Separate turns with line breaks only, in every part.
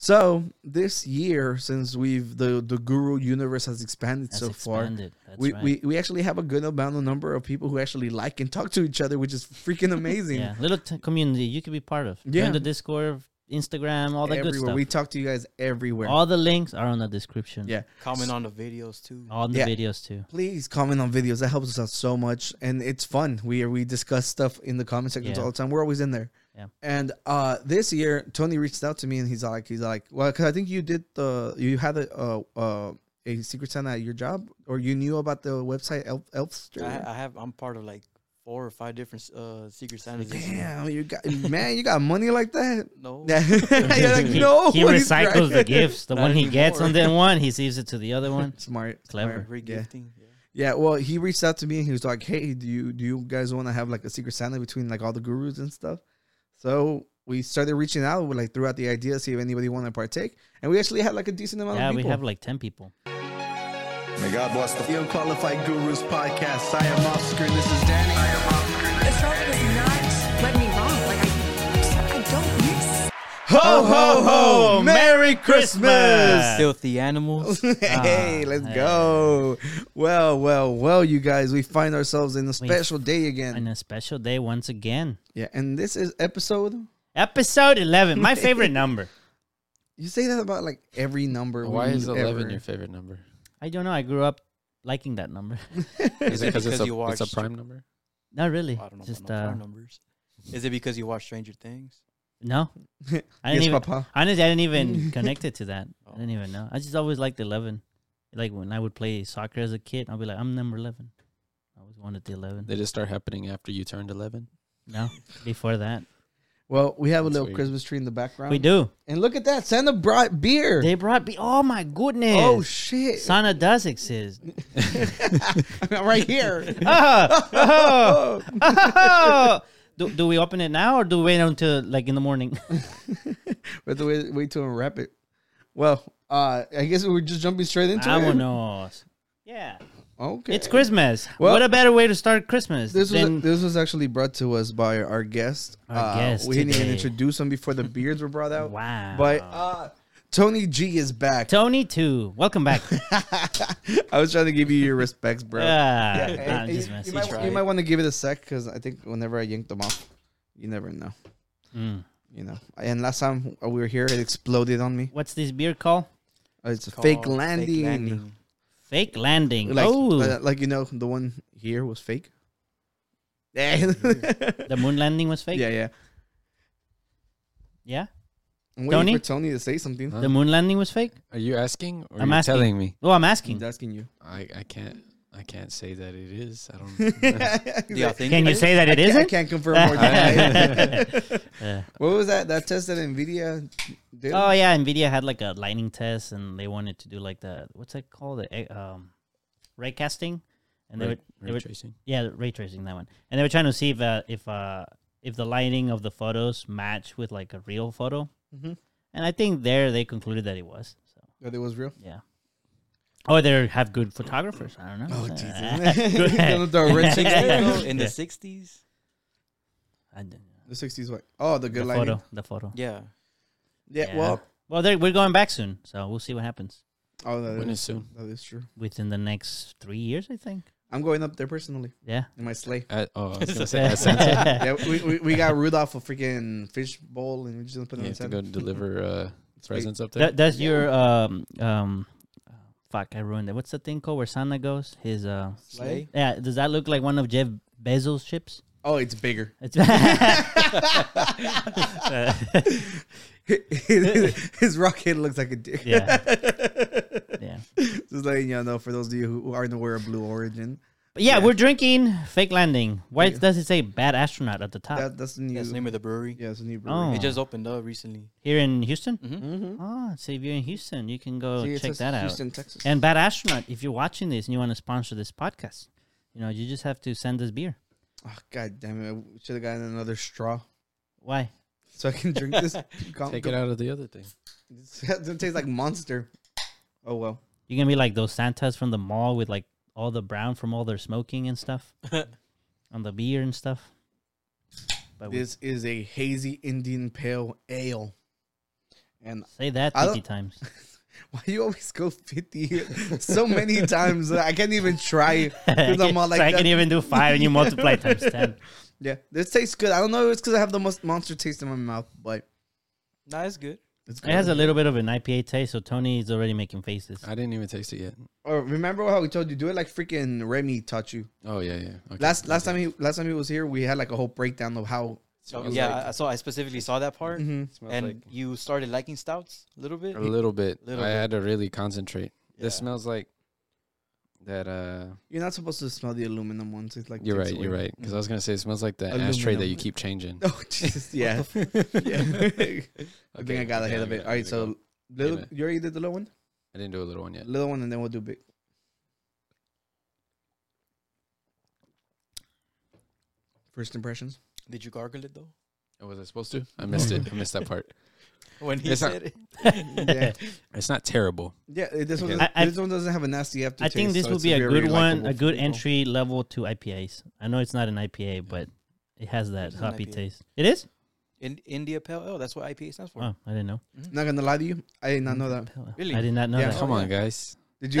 So this year, since we've the the Guru universe has expanded
That's
so
expanded.
far,
That's
we,
right.
we we actually have a good amount of number of people who actually like and talk to each other, which is freaking amazing.
yeah, little t- community you could be part of. Join
Yeah.
the Discord, Instagram, all that
everywhere we
good stuff.
talk to you guys everywhere.
All the links are on the description.
yeah,
Comment on the videos too.
on the
Yeah.
videos too.
please comment on videos. That helps us out so much, and it's fun. We we discuss stuff in the comment sections
Yeah.
all the time. We're always in there.
Yeah.
And uh, this year, Tony reached out to me, and he's like, he's like, well, because I think you did the you had a uh, uh, a secret Santa at your job, or you knew about the website Elf Elfster.
I, I have. I'm part of like four or five different uh, Secret Santas. this year.
Damn, you got man, you got money like that.
No.
Yeah. You're like,
he,
no,
he
he's
recycles the
right."
gifts. The
Not
one he gets on
anymore.
that one, he saves it to the other one.
Smart,
Clever.
smart. Yeah.
Regifting. Yeah.
Yeah, well, he reached out to me and he was like, "Hey, do you do you guys want to have like a secret Santa between like all the gurus and stuff?" So we started reaching out, we like threw out the idea, see if anybody wanted to partake, and we actually had like a decent amount
Yeah,
of
we
people.
have like ten people.
May God bless the
The Unqualified Gurus Podcast. I am Oscar, and this is Danny.
astrology does not let me wrong. Like I, I don't miss.
Ho ho ho! Merry
Christmas!
Christmas!
Filthy animals.
hey,
Ah,
let's
hey.
go! Well, well, well, you guys, we find ourselves in a special day
And
again.
a special day once again.
Yeah, and this is episode.
Episode eleven, my favorite number.
You say that about like every number.
Why
we
is eleven
ever-
your favorite number?
I don't know. I grew up liking that number.
Is it because
because
it's
you
a it's a
watched-
prime number?
Not really.
I don't know.
Just
Just uh,
uh,
numbers. Is it because you watch Stranger Things?
no. I
Yes,
didn't even.
Papa.
Honestly, I didn't even connect it to that. I didn't even know. I just always liked eleven. Like when I would play soccer as a kid, I'd be like, I'm number eleven. I always wanted the eleven.
They just start happening after you turned eleven.
No, before that,
Well, we have a
That's
little
weird.
Christmas tree in the background.
we do.
And look at that. Santa brought beer.
They brought me. Oh my goodness!
oh, shit.
Sana does exist.
right here.
Ah, oh, oh. Do, do we open it now or do we wait until like in the morning?
we have to wait, wait to unwrap it. Well, uh, I guess we're just jumping straight into it.
Vámonos. Yeah,
Okay.
it's Christmas.
Well-
what a better way to start Christmas
This was,
than
this was actually brought to us by our guest.
Our
uh,
guest
we didn't even
today.
introduce him before the beards were brought out.
wow.
But uh, Tony G is back.
Tony too. Welcome back.
I was trying to give you your respects, bro.
yeah,
Hey,
I'm
hey,
just
you-
messing.
you, might, you might want to give it a sec because I think whenever I yank them off, you never know.
Mm.
You know. And last time we were here, it exploded on me.
What's this beer called?
Uh, It's a
Called
fake landing.
Fake landing.
Like,
oh,
uh, like you know, the one here was fake. Yeah,
the moon landing was fake.
yeah, yeah.
Yeah?
I'm waiting
Tony?
for Tony to say something.
Huh?
the moon landing was fake.
Are you asking or
I'm
are you
asking.
telling me?
Oh, I'm
He's
asking.
asking you.
I, I can't I can't say that it is. I don't.
Do y'all think?
Can you say that it
I
isn't?
can't confirm or deny.
Yeah.
what was that? That test that Nvidia did.
Oh yeah, Nvidia had like a lightning test, and they wanted to do like the what's that called, the eh, um, ray casting, and they
Ray-
would, they
ray
would
tracing.
yeah the ray tracing that one, and they were trying to see if uh, if uh, if the lighting of the photos match with like a real photo,
Mhm.
and I think there they concluded that it was. So
That it was real.
yeah, or they have good photographers. I don't know.
Oh,
Uh,
Jesus.
good-
Gonna throw a red chick
Well,
there.
in the
Yeah.
'60s,
I don't know.
The 60s what? Oh,
The
the good lighting.
photo, the photo.
yeah.
Yeah,
Yeah.
well,
well, they're- we're going back soon, so we'll see what happens
oh, that
When
is-
is soon?
that is true.
within the next three years, I think.
I'm going up there personally
Yeah.
in my sleigh.
At, oh, I was gonna say at Santa.
yeah.
yeah, we, we, we got Rudolph a freaking fish bowl and we just gonna put
You
it on
have to go
Santa.
deliver uh, presents up there.
That, that's your um um uh, fuck I ruined it. What's the thing called where Santa goes? His uh
Sleigh?
yeah, does that look like one of Jeff Bezos' ships?
Oh, it's bigger.
It's
His rocket looks like a dick.
yeah. Yeah.
Just letting y'all know for those of you who aren't aware of Blue Origin,
But yeah, we're drinking fake landing. Why does it say bad astronaut at the top?
that, that's the new.
That's the name of the brewery.
yeah, it's a new brewery.
Ah. oh.
It just opened up recently.
Here in Houston?
Mm-hmm.
Oh, so if you're in Houston, you can go check that out.
Houston, Texas.
And Bad Astronaut, if you're watching this and you want to sponsor this podcast, you know, you just have to send us beer.
oh, God damn it! I should have gotten another straw
Why?
so I can drink this.
Take it out of the other thing.
it tastes like monster. Oh well.
You're gonna be like those Santas from the mall with like all the brown from all their smoking and stuff, on the beer and stuff. But we-
This is a hazy Indian pale ale, And
Say that
I
50 times.
why you always go 50 so many times? that I can't even try. 'cause I'm all
so
like
I can
that.
even do five and you multiply times 10.
Yeah, this tastes good. I don't know if it's because I have the most monster taste in my mouth, but
Nah, it's good.
it's good.
It has a little bit of an IPA taste, so Tony is already making faces.
I didn't even taste it yet.
Or Oh, remember how we told you do it like freaking Remy taught you
Oh yeah, yeah. Okay.
last last time he last time he was here. We had like a whole breakdown of how
So,
Smells
yeah,
like-
I, so I specifically saw that part,
Mhm.
Smells
and
like-
you started liking stouts a little bit.
a little bit.
Little
I
bit.
had to really concentrate. This
Yeah.
smells like that. Uh,
you're not supposed to smell the aluminum ones. It's like
you're
takes
right. You're
away.
right. Because I was gonna say it smells like that ashtray that you
Aluminum.
keep changing.
Oh Jesus, yeah. yeah. I think I got ahead of it. All right, so little,
Amen.
you already did the little one,
I didn't do a little one yet.
little one, and then we'll do big. First impressions.
Did you gargle it though?
Oh, was I supposed to? I missed it. I missed that part.
When he
It's not-
said it,
Yeah,
It's not terrible.
yeah this one,
Okay.
doesn't-
I- I-
this one doesn't have a nasty
I
aftertaste.
think this
so
would
it's
be a
very
good one,
likable
a
for
good
people.
entry level to IPAs. I know it's not an IPA, but it has that
It's an
hoppy
IPA.
taste. It is?
in India Pale Ale. That's what IPA stands for.
Oh, I didn't know.
Not gonna lie to you, I did not know that.
Really?
I did not know
Yeah.
that.
Come on, guys.
Did you,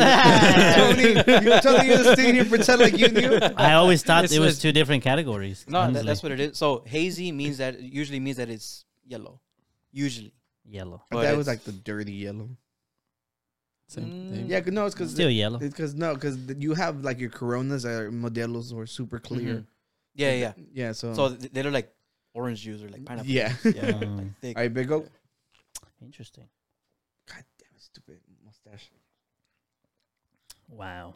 Tony? You were telling you this thing, you pretend like you knew.
I always thought
This
it was
was-
two different categories.
No, that,
honestly.
that's what it is. So hazy means that usually means that it's yellow, usually.
yellow.
But
that was
it's-
like the dirty yellow.
Same
Mm.
thing.
Yeah, 'cause- no, it's because
Still yellow.
It's because no, because you have like your Coronas or Modelos or super
Mm-hmm.
clear.
yeah, yeah.
Yeah, Mm-hmm. so
So th- they look like orange juice or like pineapple.
yeah.
yeah.
Mm.
Like thick.
All right, big oak.
Interesting.
God damn it, stupid mustache.
Wow.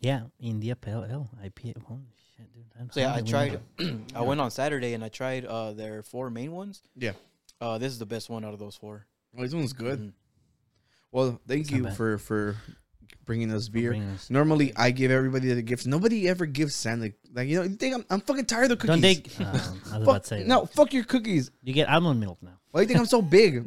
Yeah, India Pale Ale IPA. Holy shit, dude. I'm-
So yeah,
how
I
did we
tried.
not-
I went on Saturday and I tried uh, their four main ones.
Yeah.
Uh, this is the best one out of those four.
Well, Oh, this one's good.
Mhm.
Mm-hmm. Well, thank
not
you
bad.
for for bringing us beer.
bringing us-
Normally, I give everybody the gifts. Nobody ever gives Santa like you know. You think I'm, I'm fucking tired of cookies?
Don't they? Um, I was about
Fuck,
to say
no,
that.
fuck your cookies.
You get almond milk now.
Why do you think I'm so big?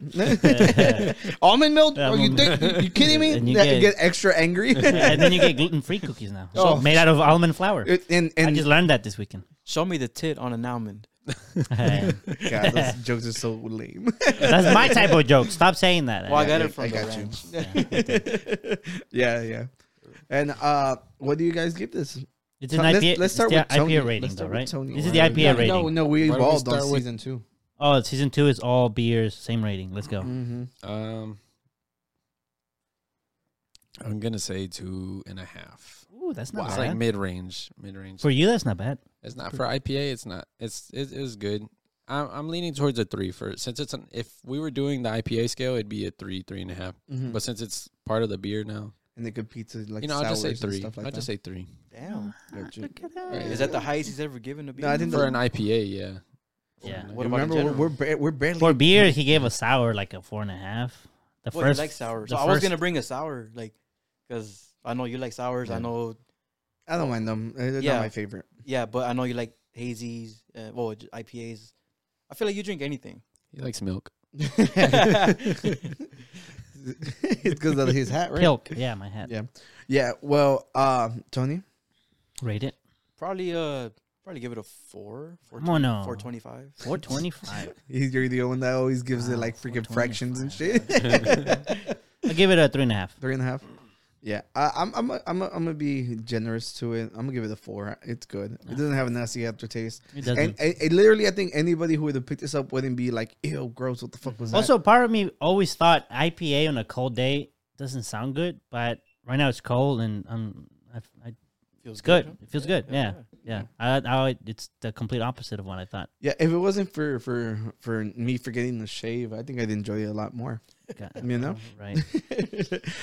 Almond milk?
Yeah,
Are you,
almond
think, you kidding me?
And you
That- you
get-
get extra angry.
and then you get gluten free cookies now. So
Oh.
made out of almond flour.
It- and
I
and
just learned that this weekend.
Show me the tit on an almond.
That's
God, those jokes are so lame.
my type of joke. Stop saying that.
Well, I got
yeah,
it from
I
the
got you.
ranch.
yeah, yeah. And uh, what do you guys give this?
It's an
Let's-
IPA.
let's start
it's
with
the
Tony.
IPA rating,
Let's
though,
start with
right?
Tony.
This is the
Why-
IPA rating.
No, no, we
Why don't we
evolved on
start with-
season two.
Oh, season two is all beers, same rating. Let's go.
Mm-hmm.
Um, I'm gonna say two and a half.
Ooh, that's not
It's
bad.
like mid range. Mid range.
For you, that's not bad.
It's not for IPA. It's not. It's it is good. I'm I'm leaning towards a three for since it's an if we were doing the IPA scale, it'd be a three, three and a half.
Mm-hmm.
But since it's part of the beer now,
And they could pizza like
you know, I'll just say
sours and
three.
Stuff like
I'll just say three
Damn.
that. Gotcha.
Is that the highest he's ever given to be?
No, I think
for
the-
an IPA. Yeah.
Yeah.
What about in
Remember, we're
general?
we're, ba- we're barely.
For beer, he gave a sour like a four and a half. The
Well,
first,
you like sour.
the
So I was
first-
gonna bring a sour, like, because I know you like sours. I know,
I don't mind them. Uh, They're
Yeah.
not my favorite.
yeah, but I know you like hazies, uh, well, j- IPAs. I feel like you drink anything.
He likes milk.
it's because of his hat, right?
Pilk. Yeah, my hat.
Yeah. Yeah. Well, uh, Tony,
Rate it.
Probably, uh, probably give it a four, four,
Come on, no.
four twenty-five.
Four twenty five.
he's- you're the one that always gives it
Wow,
like freaking
425.
fractions and shit.
I give it a three and a half.
Three and a half. Yeah, I, I'm I'm I'm I'm gonna be generous to it. I'm gonna give it a four. It's good. It doesn't have a nasty aftertaste.
It doesn't.
And I, I literally, I think anybody who would have picked this up wouldn't be like, "Ew, gross! What the fuck was
Also, part of me always thought IPA on a cold day doesn't sound good, but right now it's cold and um, I, I,
Feels
it's good. It feels good. Yeah, yeah. I, I, it's the complete opposite of what I thought.
that?" Yeah, if it wasn't for for for me forgetting to shave, I think I'd enjoy it a lot more.
Got-
You know?
right?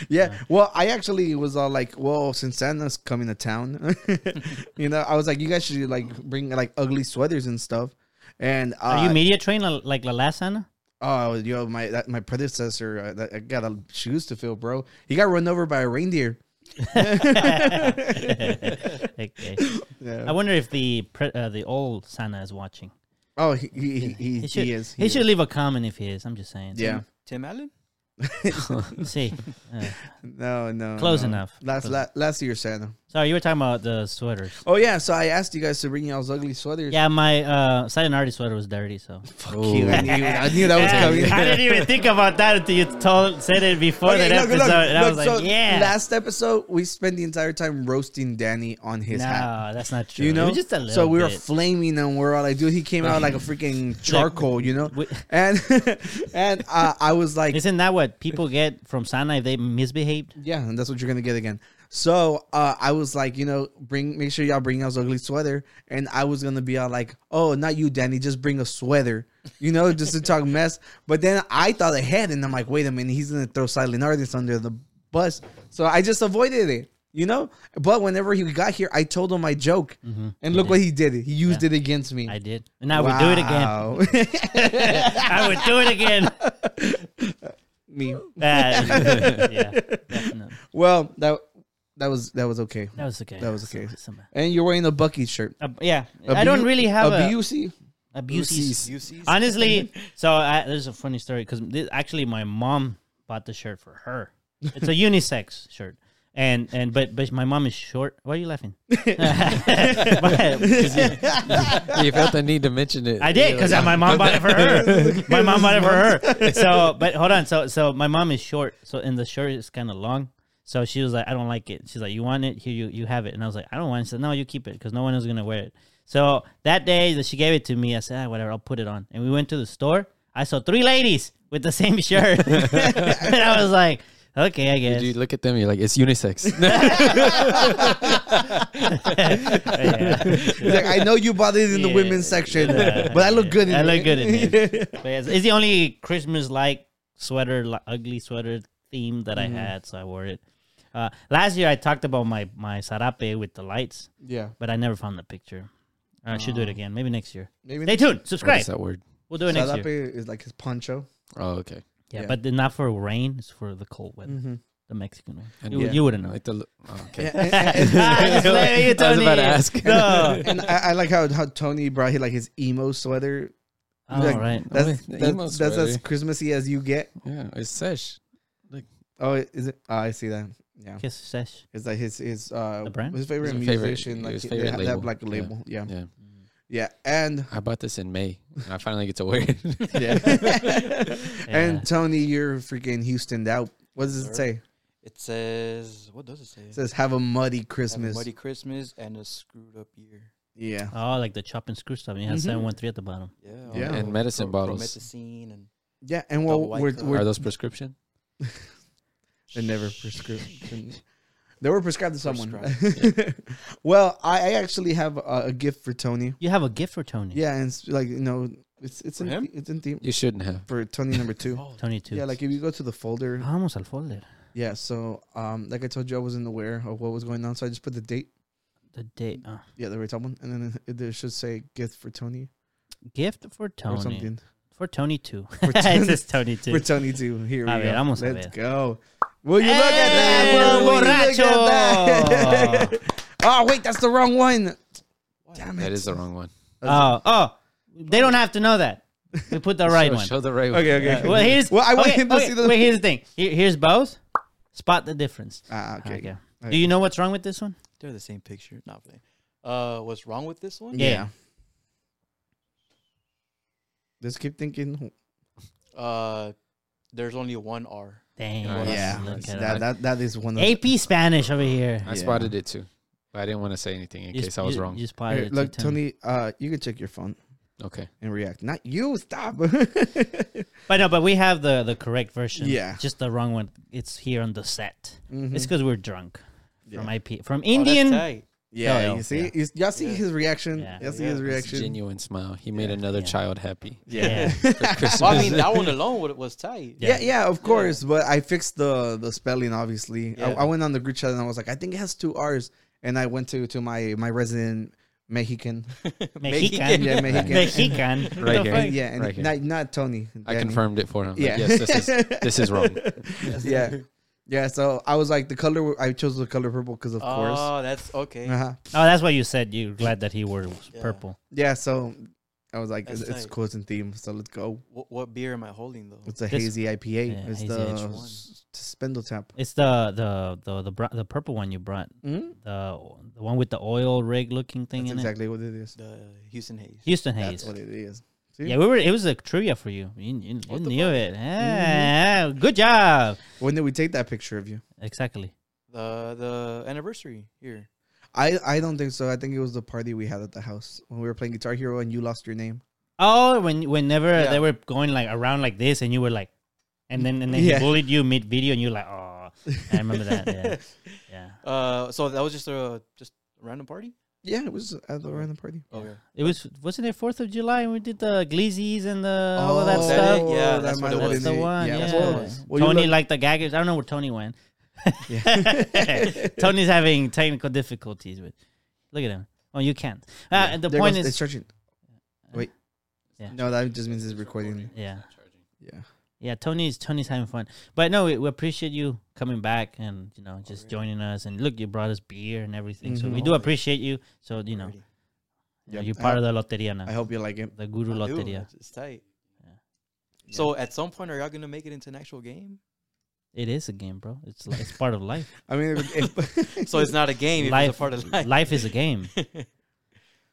yeah, well, I actually was all like, "Well, since Santa's coming to town, you know," I was like, "You guys should like bring like ugly sweaters and stuff." And uh,
Are you media trained li- like La Last Santa?
Oh, yo, my that, my predecessor uh, that, I got a shoes to fill, bro. He got run over by a reindeer.
Okay. I
Yeah.
wonder if the pre- uh, the old Santa is watching.
Oh, he he he, he,
He should.
he is.
he should leave a comment if he is. I'm just saying.
Yeah.
Tim Allen.
See, uh,
No, no.
Close
no.
enough.
Last
Close
la- last year, Santa.
Sorry, you were talking about the sweaters.
Oh yeah, so I asked you guys to bring y'all's ugly sweaters.
Yeah, my uh, silent artist sweater was dirty, so
Fuck
Oh.
you. I knew, E. I knew that was
Yeah,
coming.
I didn't even think about that until you told said it before
Okay,
that
look,
episode,
look,
and I
look,
was like,
so
yeah,
Last episode, we spent the entire time roasting Danny on his
no,
hat.
that's not true.
You know,
It was just a little.
so we were
bit.
flaming and we're all like, dude, he came out like a freaking charcoal, you know.
we-
and and uh, I was like,
Isn't that what people get from Santa if they misbehaved?
Yeah, and that's what you're gonna get again. So uh, I was like, you know, bring make sure y'all bring y'all's ugly sweater, and I was gonna be all like, oh, not you, Danny, just bring a sweater, you know, just to talk mess. But then I thought ahead, and I'm like, wait a minute, he's gonna throw silent artist under the bus, so I just avoided it, you know. But whenever he got here, I told him my joke, and look what he did. He used it against me.
Mm-hmm. I did, and I would do it again.
Wow.
I would do it again.
me.
That- yeah, definitely.
Well, that that was that was okay,
that was okay.
That was okay.
Some-
and you're wearing a Bucky shirt.
uh, yeah,
I
I don't really have a,
BUC.
abuses.
UCs.
Honestly, so I, there's a funny story because actually my mom bought the shirt for her. It's a unisex shirt, and and but but my mom is short. Why are you laughing? But-
you felt the need to mention it.
I did because my mom bought it for her. My mom bought it for her. So, but hold on. So, so my mom is short. So, and the shirt is kind of long. So she was like, "I don't like it." She's like, "You want it? Here, you you have it." And I was like, "I don't want it." She said, "No, you keep it because no one is gonna wear it." So that day that she gave it to me, I said, ah, "Whatever, I'll put it on." And we went to the store. I saw three ladies with the same shirt, and I was like, "Okay, I guess."
Did you look at them? You're like, it's unisex.
Yeah.
He's like, I know you bought it in the
Yeah.
women's section,
Yeah.
but I look good in
I
it.
look good in it. But yes, it's the only Christmas like sweater, li- ugly sweater theme that I had, so I wore it. Uh, last year I talked about my my sarape with the lights,
yeah.
but I never found the picture. I should do it again, maybe next year.
Maybe
Stay tuned,
What
subscribe.
is that word?
We'll do it next
Sarape
year.
is like his poncho.
Oh, okay.
Yeah,
yeah.
but then not for rain; it's for the cold weather, the Mexican one.
And-
You,
Yeah.
would you wouldn't know. Ah,
Like the. l- oh, okay.
Yeah, and, and-
I was
I was about to ask.
No.
and I, I like how, how Tony brought his like his emo sweater.
All
Like,
right.
That's
Oh, the
that's,
emo
that's as
sweater.
Christmassy as you get.
Yeah, it's sesh.
Oh, is it? Oh, I see that. Yeah,
Kiss sesh.
it's like his his uh
The brand?
his favorite
His favorite-
musician. like
his
they
favorite
have
label.
that like
Yeah.
label. Yeah. yeah,
Yeah.
and
I bought this in May. And I finally get to wear it.
and Tony, you're freaking Houston out. What does it
Sure.
say?
It says, what does it say?
It says have a muddy
Have a
Christmas.
muddy Christmas and a screwed up year.
Yeah.
Oh, like the chop and screw stuff. and You have
Mhm.
seven one three at the bottom.
Yeah.
Yeah.
all
And
the
medicine
pro-
bottles.
Promethazine and
Yeah, and well,
white
we're,
color.
we're
Are those prescription?
They never prescription. they were prescribed to someone.
Prescribed,
well, I, I actually have a, a gift for Tony.
You have a gift for Tony.
Yeah, and it's like you know, it's it's in
him?
it's in theme
You shouldn't have.
for Tony number two.
Tony too.
yeah, like if you go to the folder,
Vamos al folder.
yeah. So, um, like I told you, I wasn't aware of what was going on, so I just put the date.
The date. Uh,
Yeah, the right top one, and then it, it should say gift for Tony,
gift for
or
Tony.
something
For Tony too.
For
it
Tony-
says Tony
for
too.
Tony two. Here
A
we
ver,
go.
vamos a
Let's
ver.
go. Will you look at
Eh,
that? Will you look at
borracho.
that? oh wait, that's the wrong one. Damn it.
That is the wrong one.
oh, oh, they don't have to know that. We put the right
Show-
one.
Oh, Show the right one.
Okay, okay.
Uh, well, here's.
Well, I want
okay,
him to
okay,
see the-
Wait, here's the thing. Here- here's both. Spot the difference.
Ah, okay.
Okay.
Alright.
Do you know what's wrong with this one?
they're the same picture. Not playing. Uh, what's wrong with this one?
Yeah.
Just keep thinking.
Uh, there's only one R. Oh,
Dang.
Yeah,
yeah,
look at
that,
it.
that that is one of
AP Spanish over here.
I
Yeah.
spotted it too. But I didn't want to say anything in
You
case
sp-
I was
you-
wrong.
You
Here,
spotted it. too,
look, Tony. Uh, you can check your phone
Okay.
and react. Not you. Stop.
But no, but we have the the correct version.
Yeah.
just the wrong one. It's here on the set.
Mhm.
It's because we're drunk from
Yeah.
IP from
Oh, that's
Indian.
tight.
yeah,
Yeah.
you see,
Yeah.
You, y'all see
Yeah.
his reaction.
Yeah.
Y'all see
Yeah.
his
It's
It's
reaction.
genuine smile. He made
Yeah.
another
Yeah.
child happy.
yeah.
well, I mean, that one alone wa- was tight.
Yeah, yeah, of
Yeah.
course. But I fixed the the spelling. Obviously, I,
Yeah.
I went on the group chat and I was like, I think it has two R's. And I went to to my my resident Mexican.
Mexican.
Yeah, Mexican.
Mexican.
Right here.
yeah, and
Right here.
not not Tony.
I
Danny.
confirmed it for him.
Yeah.
Like, yes, this is this is wrong.
yeah, yeah. So I was like, the color I chose the color purple because of course.
Oh, that's okay.
Uh-huh.
Oh, that's what you said. You're glad that he wore purple.
Yeah. So I was like,
That's
it's, it's
tight.
close in theme. So let's go.
What, what beer am I holding though?
It's a
This-
hazy IPA.
Yeah,
it's
hazy
the
IPA.
s- spindle tap.
It's the the the the, br- the purple one you brought.
Mhm.
The the one with the oil rig looking thing
That's
in
exactly what it is.
The Houston Hayes.
it. Houston
That's
Hayes.
what it is. See?
Yeah, we were. It was a trivia for you. You, you, you knew it. Yeah,
Mm-hmm.
good job.
When did we take that picture of you?
Exactly.
The the anniversary here.
I, I don't think so. I think it was the party we had at the house when we were playing Guitar Hero and you lost your name.
Oh, when whenever
Yeah.
they were going like around like this, and you were like, and then and then
Yeah.
he bullied you mid video, and you're like, oh, I remember that. Yeah, yeah.
Uh, so that was just a just a random party.
Yeah, it was at the random party.
Okay.
It was wasn't it Fourth of July, and we did the Gleezies and the all of that
Oh,
stuff.
Yeah,
that
that's what
might
it
have
was.
That's
been
the
it.
one. Yeah,
that's what it was. Well, you
Tony
look-
liked the gaggers. I don't know where Tony went.
Yeah.
Tony's having technical difficulties with. Look at him. Oh, you can't. Uh, and The
There
point
goes-
is,
it's charging. Wait.
Yeah.
No, that just means it's recording.
yeah,
Yeah.
yeah. Tony's Tony's having fun, but no, we, we appreciate you coming back and you know just joining us. And look, you brought us beer and everything, so
Mhm.
we do appreciate you. So you know,
Alrighty.
Yep.
you're
I
part
hope-
of the loteria now,
I hope you like it.
the Guru
I do,
Loteria.
It's, it's tight.
Yeah.
So at some point, are y'all gonna make it into an actual game?
It is a game, bro. It's like, it's part of life.
I mean, if, if-
So it's not a game. if
life,
It's a part of life.
is a game.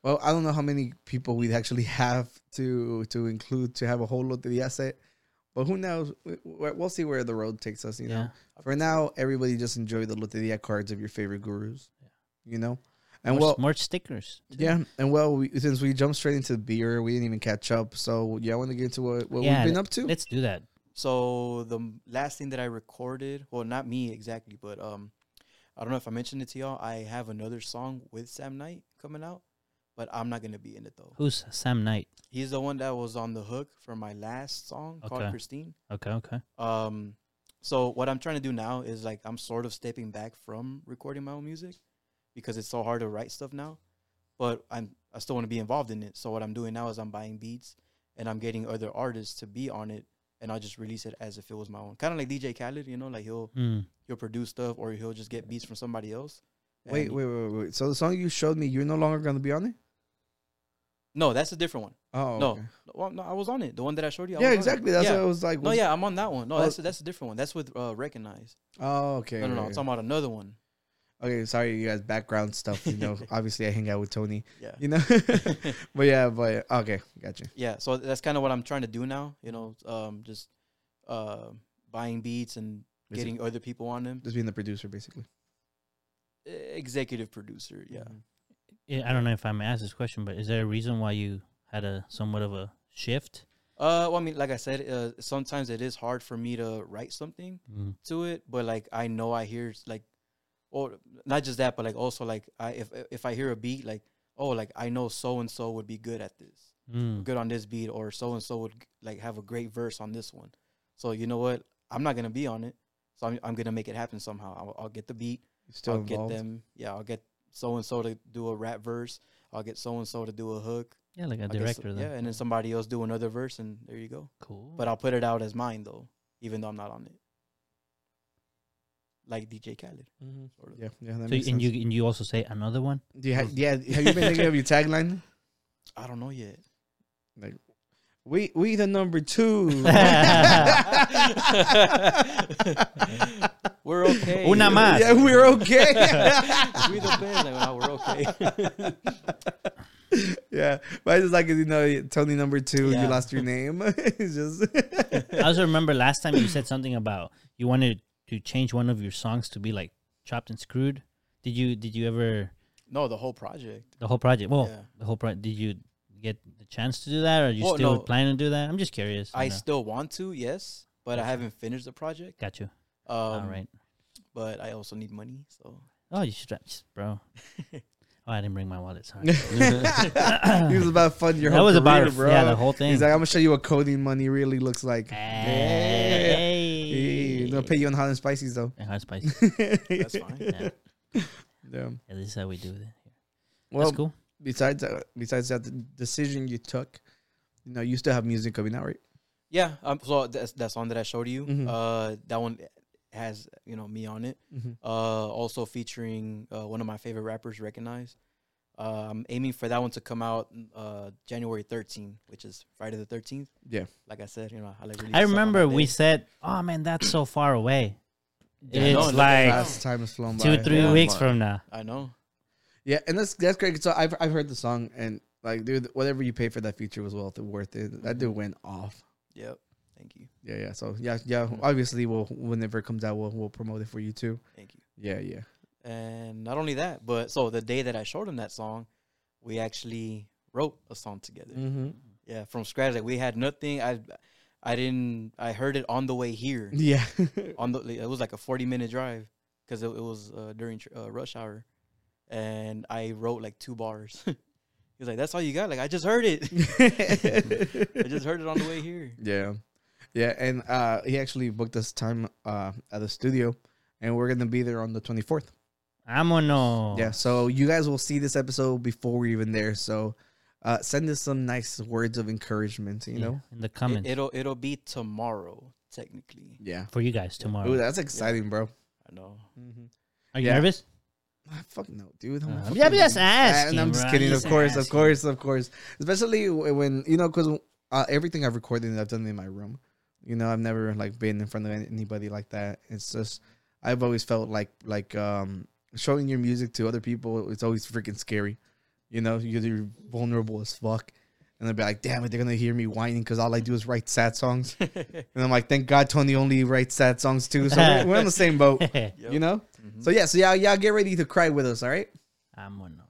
well, I don't know how many people we'd actually have to to include to have a whole lot of the asset, but who knows? We, we- we'll see where the road takes us. You know, for now, everybody just enjoy the Loteria cards of your favorite gurus. You know, and
Merch-
well,
merch stickers.
yeah, and well, we, since we jumped straight into beer, we didn't even catch up. So yeah, I want to get into what, what
Yeah,
we've been up to.
Let's do that.
So the m- last thing that I recorded, well, not me exactly, but um, I don't know if I mentioned it to y'all. I have another song with Sam Knight coming out, but I'm not gonna be in it though.
Who's Sam Knight?
He's the one that was on the hook for my last song
Okay.
called Christine.
Okay, okay.
Um, so what I'm trying to do now is like I'm sort of stepping back from recording my own music because it's so hard to write stuff now. But I'm I still want to be involved in it. So what I'm doing now is I'm buying beats and I'm getting other artists to be on it, and I'll just release it as if it was my own. Kind of like DJ Khaled, you know, like he'll
Hmm.
he'll produce stuff or he'll just get beats from somebody else.
wait,
and-
wait, wait, wait, wait. So the song you showed me, you're no longer going to be on it.
no, that's a different one.
Oh
No.
okay.
Well, no, I was on it. The one that I showed you. I
Yeah,
was on it.
exactly. That's
yeah.
what I was like.
No, yeah, I'm on that one. No,
Oh.
that's a, that's a different one. That's with uh, Recognize.
Oh, okay.
No, no, no. I'm
okay.
talking about another one.
Okay, sorry, you guys. Background stuff. You know, obviously, I hang out with Tony.
Yeah.
You know, but yeah, but okay, gotcha.
yeah so that's kind of what i'm trying to do now you know um just uh buying beats and
Is it-
getting other people on them
Just being the producer, basically.
E- executive producer yeah
Mm-hmm.
Yeah, I don't know if I may ask this question, but is there a reason why you had a somewhat of a shift?
uh well i mean like i said uh, sometimes it is hard for me to write something
Hmm.
to it but like i know i hear s- like or not just that but like also like i if if i hear a beat like oh like i know so and so would be good at this
Mm.
good on this beat or so and so would like have a great verse on this one. So you know what? I'm not gonna be on it. So I'm, I'm gonna make it happen somehow. I'll, I'll get the beat.
You're Still
I'll
involved.
get them. Yeah, I'll get so and so to do a rap verse. I'll get so and so to do a hook.
Yeah, like a
I'll get so-
director. Then.
yeah, and then somebody else do another verse, and there you go.
cool.
But I'll put it out as mine though, even though I'm not on it. Like DJ Khaled. Sort of.
Yeah, yeah. That
so,
makes
and
sense.
you and you also say another one.
Do you ha- yeah, have you been thinking of your tagline?
I don't know yet.
We we the number two.
We're okay.
Una más.
yeah, we're okay.
we the best. Like, nah, we're okay.
yeah, but I just like it, you know Tony number two.
Yeah.
You lost your name. it's just
I also remember last time you said something about you wanted to change one of your songs to be like chopped and screwed. Did you did you ever
No, the whole project.
the whole project? Well,
Yeah.
the whole project. Did you get the chance to do that, or you
Well,
still
no.
planning to do that? I'm just curious. you
I
know.
still want to, yes, but I haven't finished the project.
got you.
Um,
All right.
But I also need money, so
Oh, you should, just- bro. oh, I didn't bring my wallet. Sorry.
he was about to fund your
That
whole
was about
career,
it,
bro.
yeah, the whole thing.
He's like, I'm gonna show you what coding money really looks like.
Hey.
They'll pay you on hot and spices though.
And hot spice.
that's fine.
yeah.
Yeah.
yeah, this is how we do it.
Well,
That's cool.
besides that, besides that the decision you took, you know, you still have music coming out, right?
yeah. Um, so that's that song that I showed you.
Mhm.
Uh, that one has you know me on it. Uh, also featuring uh, one of my favorite rappers, Recognize. Uh, I'm aiming for that one to come out uh, January 13th, which is Friday the 13th.
Yeah.
Like I said, you know, I like. release stuff
I
on my
remember we
day.
said, "Oh man, that's so far away."
no,
it's
look at
like
Fast time has flown
two,
by.
three
Yeah.
weeks
Come on.
from now.
I know.
Yeah, and that's that's great. So I've I've heard the song and like, dude, whatever you paid for that feature was well worth it. That dude went off.
Yep. Thank you.
Yeah, yeah. So yeah, yeah. Obviously, we'll whenever it comes out, we'll we'll promote it for you too.
Thank you.
Yeah, yeah.
And not only that, but so the day that I showed him that song, we actually wrote a song together.
Mm-hmm.
Yeah, from scratch. Like we had nothing. I, I didn't. I heard it on the way here.
Yeah.
on the it was like a 40 minute drive because it, it was uh, during tr- uh, rush hour and i wrote like two bars he's like that's all you got like i just heard it i just heard it on the way here
yeah, yeah. And uh, he actually booked us time uh at the studio, and we're gonna be there on the twenty fourth.
I'm on
Yeah, so you guys will see this episode before we're even there. So uh, send us some nice words of encouragement, you know?
in the
it,
comments
it'll it'll be tomorrow technically
Yeah.
for you guys
Ooh,
tomorrow.
that's exciting, bro.
i know
Are you
yeah.
nervous?
Ah, Fuck no, dude. I'm
Uh,
fucking-
yeah, but just
Ah,
asking,
I'm just
bro.
kidding.
Just
of course, of
asking.
course, of course. Especially wh- when, you know, because uh, everything I've recorded, I've done in my room. You know, I've never like been in front of any- anybody like that. It's just, I've always felt like, like, um, showing your music to other people, it's always freaking scary. You know, you're you're vulnerable as fuck. And they'll be like, damn it, they're going to hear me whining because all I do is write sad songs. and I'm like, thank God Tony only writes sad songs too. So we're, we're on the same boat, you know?
Mm-hmm.
So, yeah, so y'all, y'all get ready to cry with us, all right?
I'm on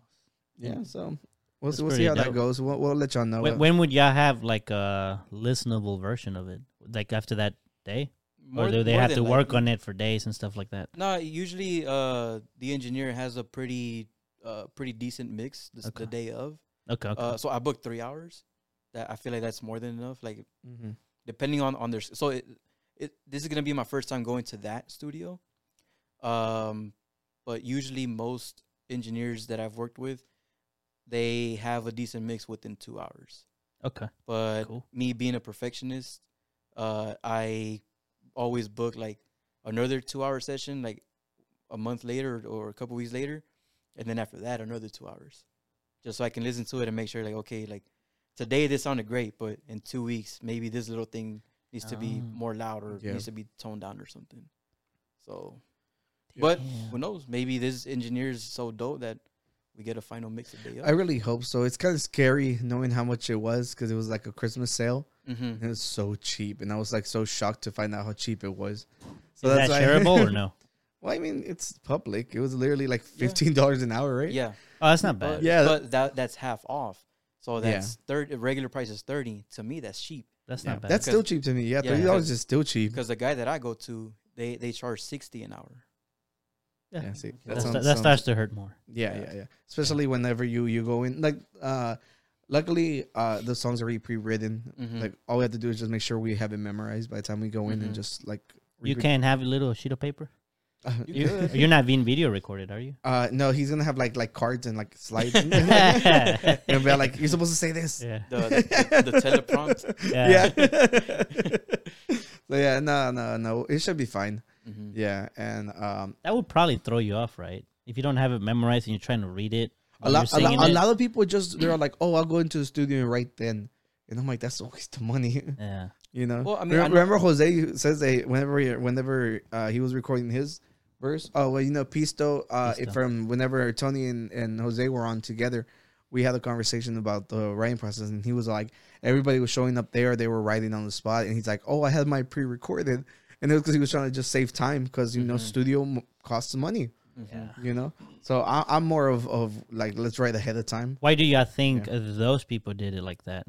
Yeah, so we'll,
That's
we'll see
pretty
how that
dope.
goes. We'll, we'll let y'all know.
When, when would y'all have like a listenable version of it? Like after that day, or do they have to work on it for days and stuff like that?
no usually uh the engineer has a pretty uh pretty decent mix this,
Okay.
the day of
Okay, okay.
uh so i booked three hours that i feel like that's more than enough like
Mhm.
depending on on their s- so it, it this is gonna be my first time going to that studio um but usually most engineers that i've worked with they have a decent mix within two hours
okay.
but
Cool.
me being a perfectionist uh i always book like another two hour session like a month later or a couple weeks later and then after that another two hours just so i can listen to it and make sure like okay like today this sounded great but in two weeks maybe this little thing needs to be
Ah.
more loud or
Yeah.
needs to be toned down or something so but who knows maybe this engineer is so dope that we get a final mix of day
I
up.
really hope so. It's kind of scary knowing how much it was because it was like a Christmas sale
hmm
and it was so cheap. And I was like so shocked to find out how cheap it was. So
Is
that's
that
why-
shareable or no?
Well, I mean, it's public. It was literally like fifteen dollars an hour, right?
yeah
Oh, that's not bad.
But,
Uh, Yeah, that-
but that that's half off. So
Yeah. Mm-hmm.
that's third regular price is thirty. To me, that's cheap
That's
Yeah.
not bad.
that's still cheap to me. Yeah,
Yeah,
thirty dollars
because-
is still cheap.
because the guy that I go to, they they charge sixty an hour.
Yeah.
Yeah, see, that
That's-
sounds,
that,
sounds-
starts to hurt more.
yeah, yeah, yeah. Especially whenever you you go in, like, uh, luckily, uh, the songs are already pre-written.
Mhm.
Like, all we have to do is just make sure we have it memorized by the time we go in, and just like
You can't have a little sheet of paper.
can.
You, you're not being video recorded, are you?
Uh, no, he's gonna have like like cards and like slides, and be
yeah.
like, "You're supposed to say this."
Yeah.
The the, the, teleprompt.
Yeah. so yeah, no, no, no, it should be fine. Yeah, and um,
That would probably throw you off, right? If you don't have it memorized and you're trying to read it, while
a
you're
lot, a, lot,
singing
a
it.
lot of people just they're like, "Oh, I'll go into the studio and write then," and I'm like, "That's a waste of money,"
Yeah.
you know.
Well, I mean,
Remem-
I know-
remember Jose says they whenever he, whenever uh, he was recording his verse. Oh well, you know, Pisto, uh,
Pisto.
from whenever Tony and, and Jose were on together. We had a conversation about the writing process, and he was like, everybody was showing up there, they were writing on the spot, and he's like, "Oh, I had my pre-recorded," and it was because he was trying to just save time because you know studio m- costs money,
Yeah.
you know. So I, I'm more of of like let's write ahead of time.
Why do y'all think those people did it like that?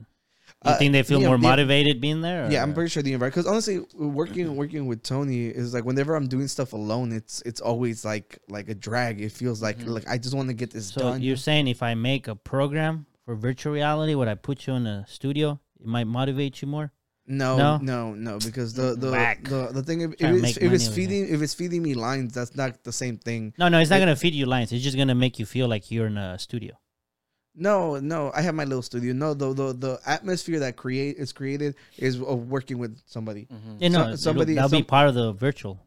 You
Uh,
think they feel
yeah,
more
yeah.
motivated being there?
Yeah, I'm
or-
pretty sure the environment. Because honestly, working working with Tony is like whenever I'm doing stuff alone, it's it's always like like a drag. It feels like like I just want to get this
Mm-hmm. So
done.
you're saying if I make a program for virtual reality, would I put you in a studio? It might motivate you more.
No,
No?
no, no, because the the
Whack.
the, the thing if, if
Trying to make
it's, if
money with
it's
it.
feeding if it's feeding me lines, that's not the same thing.
No, no, it's not gonna feed you lines. It's just gonna make you feel like you're in a studio.
No, no, I have my little studio. No, the the, the atmosphere that create is created is of working with somebody.
You
Mm. So-
know,
somebody-
that'll
some-
be part of the virtual.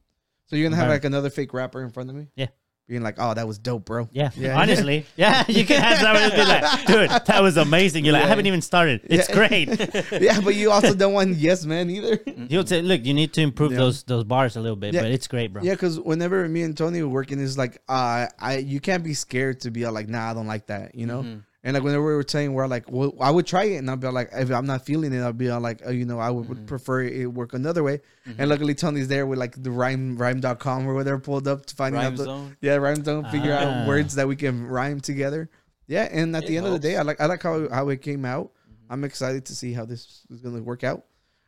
So you're gonna have
Environment.
like another fake rapper in front of me.
Yeah.
being like, "Oh, that was dope, bro."
Yeah.
Yeah.
honestly. Yeah, you can have someone be like, dude, that was amazing. You're like, I haven't even started. It's
Yeah.
great.
yeah, but you also don't want yes man either.
He'll say, look, you need to improve
Yeah.
those those bars a little bit,
Yeah.
but it's great, bro.
Yeah, because whenever me and Tony were working, it's like, uh, I you can't be scared to be uh, like, nah, I don't like that, you know. And like whenever we were saying, we're like, well, I would try it, and I'd be like, if I'm not feeling it, I'd be uh, like, oh, you know, I would prefer it work another way. And luckily, Tony's there with like the rhyme rhyme.com or whatever pulled up to find out
Rhyme
the
zone.
yeah rhyme zone, figure
Ah.
out words that we can rhyme together. Yeah, and at the end of the day, I like I like how how it came out. I'm excited to see how this is gonna work out.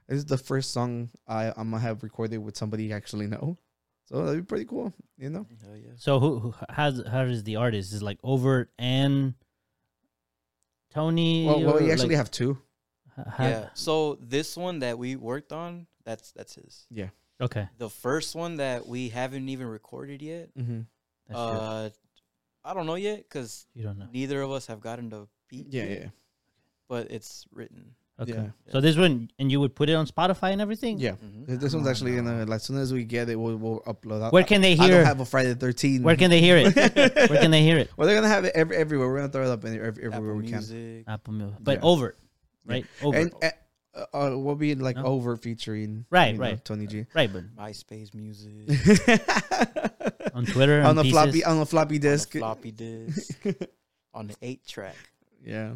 This is the first song I, I'm gonna have recorded with somebody I actually know. So that'd be pretty cool, you know.
Hell yeah.
So who, who how's how does the artist is it like Overt and Tony?
Well, well
or,
we actually
like,
have two.
h- how-
Yeah. So this one that we worked on, that's that's his.
Okay.
The first one that we haven't even recorded yet.
Mm-hmm.
That's good.
Uh, I don't know yet because
You don't know.
neither of us have gotten the beat.
Yeah,
yet,
yeah,
Mm-hmm.
But it's written.
Okay.
yeah.
So this one, and you would put it on Spotify and everything.
yeah.
Mhm.
This one's actually gonna. Like, as soon as we get it, we'll, we'll upload.
Where can they
I, I don't
hear?
have a Friday Thirteen.
where can they hear it? where can they hear it?
Well, they're gonna have it every, everywhere. We're gonna throw it up in, every, everywhere
Apple
we can.
Music.
Apple Music, but
Yeah.
Overt, right? Overt,
And uh, uh, we'll be like
No.
over featuring
Right,
you know,
right.
Tony G.
right? But
MySpace music.
on Twitter,
on
on,
the
pieces.
floppy on the floppy
on the
disk.
floppy disk. on the eight track.
Yeah.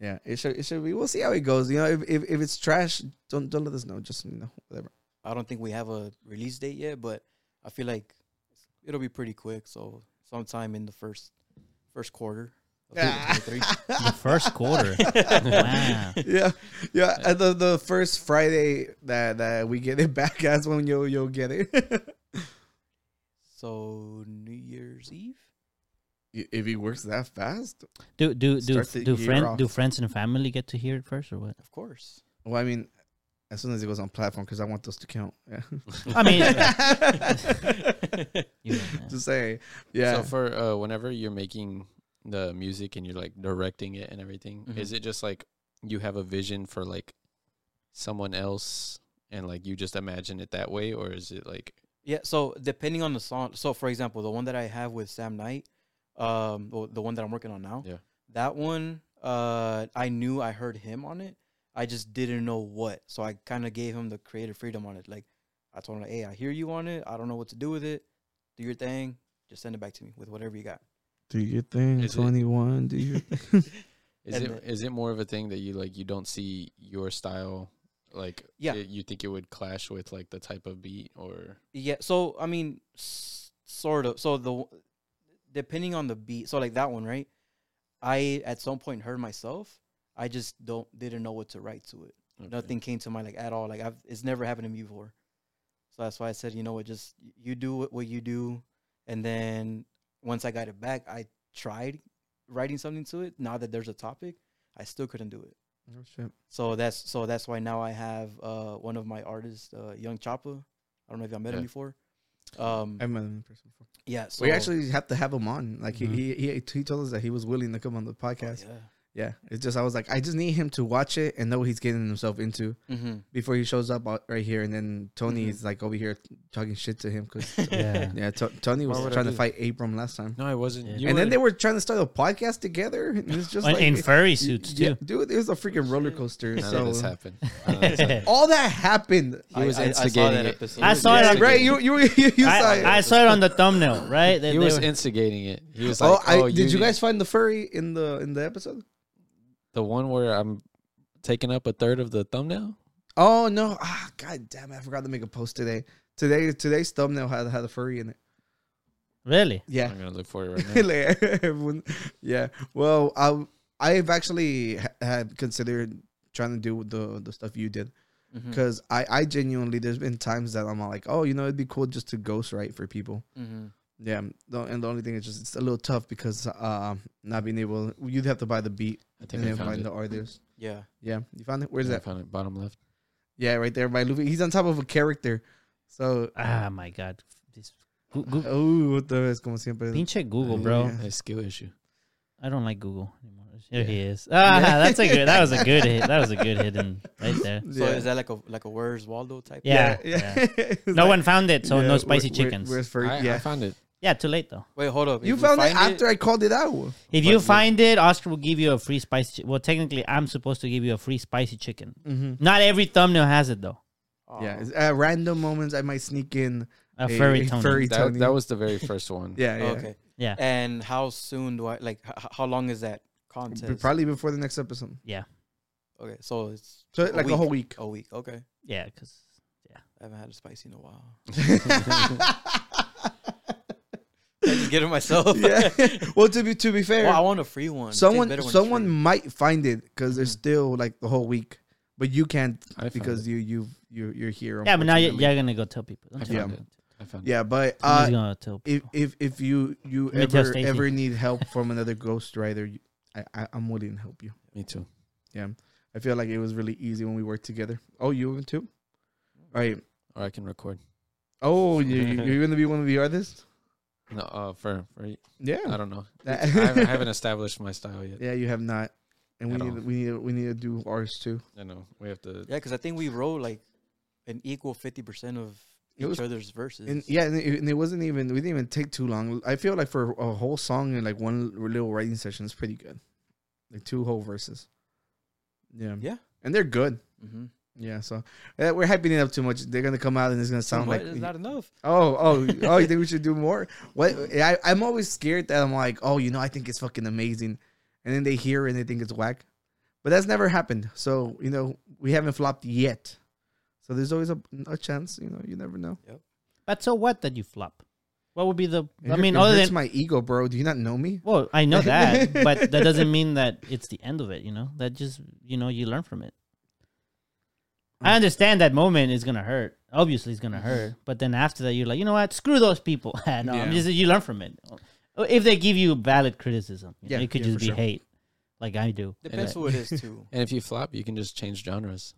Yeah, it should it should be. We'll see how it goes. You know, if, if, if it's trash, don't don't let us know. Just you know, whatever.
I don't think we have a release date yet, but I feel like it'll be pretty quick. So sometime in the first first quarter of 2023.
the first quarter. wow.
Yeah, yeah. uh, The the first Friday that that we get it back, that's when you'll you'll get it.
so New Year's Eve.
if it works that fast,
Do do do
Start the
do
year
friend
off.
do friends and family get to hear it first or what?
Of course.
well, I mean, as soon as it goes on platform, because I want those to count. Yeah.
I mean, you know, yeah.
to say, yeah.
So for uh, whenever you're making the music and you're like directing it and everything,
Mhm.
is it just like you have a vision for like someone else and like you just imagine it that way, or is it like
Yeah, so depending on the song, so for example, the one that I have with Sam Knight, um, the- the one that I'm working on now,
Yeah.
that one, uh, I knew I heard him on it. I just didn't know what, so I kind of gave him the creative freedom on it. Like, I told him, "Hey, I hear you on it. I don't know what to do with it. Do your thing. Just send it back to me with whatever you got."
do your thing,
Is it-
twenty one. Do your
is
And
it is it more of a thing that you like you don't see your style like
Yeah.
it- you think it would clash with like the type of beat or
Yeah, so I mean, s- sort of. So the w- depending on the beat, so like that one, right? I at some point heard myself. I just don't didn't know what to write to it.
okay.
nothing came to mind like at all. Like I've it's never happened to me before, so that's why I said you know what, just y- you do what, what you do, and then once I got it back, I tried writing something to it. Now that there's a topic, I still couldn't do it.
oh, shit.
So that's so that's why now I have uh, one of my artists, uh, Young Choppa. I don't know if y'all met him
Yeah.
before. Um,
I've met him in person before.
yeah, so
we actually have to have him on. Like
Mhm.
he, he he he told us that he was willing to come on the podcast.
yeah.
Yeah, it's just I was like, I just need him to watch it and know what he's getting himself into
hmm
before he shows up out- right here. And then Tony
Mhm.
is like over here talking shit to him because
Yeah.
yeah, to- Tony was
Why would I
trying to
do
fight Abram last time,
no, I wasn't.
Yeah.
You
and then
were-
they were trying to start a podcast together. And it's just
And
like,
in furry suits
yeah,
too.
dude. It was a freaking roller coaster.
None of this
so
happened. None of this happened.
all that happened.
He was
I saw
instigating
that
it.
episode.
I saw it
Yeah,
on-
right. You you you, you saw it.
I, I saw it on the thumbnail, right? That
He
they
was
were-
instigating it. He was
oh,
like,
I,
"Oh,
did you guys find the furry in the in the episode?
the one where I'm taking up a third of the thumbnail?"
Oh no! Ah, god damn it! I forgot to make a post today. Today today's thumbnail had had a furry in it.
really.
Yeah.
I'm gonna look for it right now.
Like, everyone- yeah. Well, I I've actually ha- had considered trying to do the the stuff you did
Mm-hmm.
Mhm,
because I I genuinely there's been times that I'm like oh you know it'd be cool just to ghostwrite for people.
mhm.
Yeah, the, and the only thing is just it's a little tough because uh, not being able you'd have to buy the beat
I think
and
I
then
found
find
it.
the artist.
Yeah,
Yeah, you found it. Where's
Yeah, I
that?
found it. Bottom left.
Yeah, right there by Luffy. He's on top of a character. So
Ah, my God. This, Goo- Goo-
oh, otra vez como siempre.
pinche Google,
Yeah.
bro.
A skill issue.
I don't like Google anymore. There he is. Ah, that's a good. That was a good hit. That was a good hidden right there.
So is that like a like a Where's Waldo type?
Yeah.
yeah.
No one found it, so
Yeah,
no
we're-
spicy
we're-
chickens.
We're, for-
I, I
yeah.
found it.
Yeah, too late though.
Wait, hold up. If
You found it
find
after I called it out.
If you find it, Oscar will give you a free spicy. Chi- well, technically, I'm supposed to give you a free spicy chicken. Not every thumbnail has it though.
Oh.
Yeah, it's- at random moments I might sneak in
A furry Tony.
furry
That,
Tony.
that was the very first one.
yeah, yeah.
Okay.
Yeah,
And how soon do I like? H- how long is that contest?
B- Probably before the next episode.
yeah,
Okay, so it's
So like a whole week.
A week. Okay,
yeah. Because
I haven't had a spicy in a while. I just get it myself.
yeah. well, to be to be fair,
Well, I want a free one. It tastes
someone
better when it's
someone
free.
might find it because there's still like the whole week, but you can't
I found
because
it.
you you you you're here.
yeah, but now you're,
Unfortunately.
you're gonna go tell people. Don't
I
tell
Yeah.
found
people.
it. I found
yeah. But
Somebody's
uh,
gonna tell
if
people.
if if you you
me tell
ever
Stacy.
ever need help from another ghostwriter, you- I, I I'm willing to help you.
it. Me too.
I feel like it was really easy when we worked together. Oh, you too. All right.
Or I can record.
Oh, you, you- you're gonna be one of the artists.
No, uh, for, for I
Yeah.
don't know.
That-
I haven't I haven't established my style yet.
Yeah, you have not, and we
At
need
all.
we need we need to do ours too.
I know we have to.
Yeah, because I think we wrote like an equal fifty percent of
It
each
was-
other's verses.
And yeah, and it, and it wasn't even we didn't even take too long. I feel like for a whole song and like one little writing session is pretty good, like two whole verses. Yeah,
Yeah.
and they're good.
Mm-hmm.
Yeah, so uh, we're hyping it up too much. They're gonna come out and it's gonna sound like
it's not enough.
oh oh oh. You think we should do more? What eh, I I'm always scared that I'm like oh you know I think it's fucking amazing, and then they hear it and they think it's whack, but that's never happened. So you know we haven't flopped yet. So there's always a, a chance. You know you never know.
but so what that you flop? What would be the? I
It
mean,
hurt- it
other
hurts
than
my ego, bro. Do you not know me?
well, I know that, but that doesn't mean that it's the end of it. You know, that just you know you learn from it. I understand that moment is gonna hurt. Obviously, it's gonna hurt. But then after that, you're like, you know what? Screw those people. no, I'm just, you learn from it. If they give you valid criticism, you know,
Yeah,
it could
yeah,
just
for
be
sure.
hate, like I do.
Depends
But-
who it is too.
And if you flop, you can just change genres.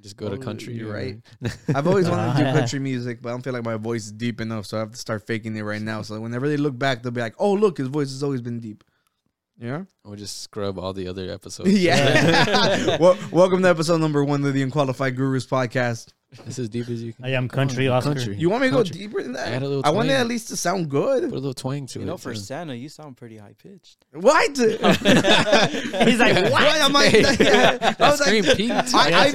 Just go
Oh,
to country.
you're
or-
right. I've always wanted to do
Ah.
country music, but I don't feel like my voice is deep enough, so I have to start faking it right now. So whenever they look back, they'll be like, "Oh, look, his voice has always been deep." Yeah.
We'll just scrub all the other episodes.
Yeah. well, welcome to episode number one of the Unqualified Gurus podcast.
It's as deep as you can.
I am country Oscar.
You want me to
Country.
go deeper than that?
Add a little
I want it
twang.
at least to sound good.
Put a little twang to
You
it.
know, for
too.
Santa, you sound pretty high pitched.
What?
He's like,
Why
what?
am I? I was
Scream
like,
Pete.
I, I,
That's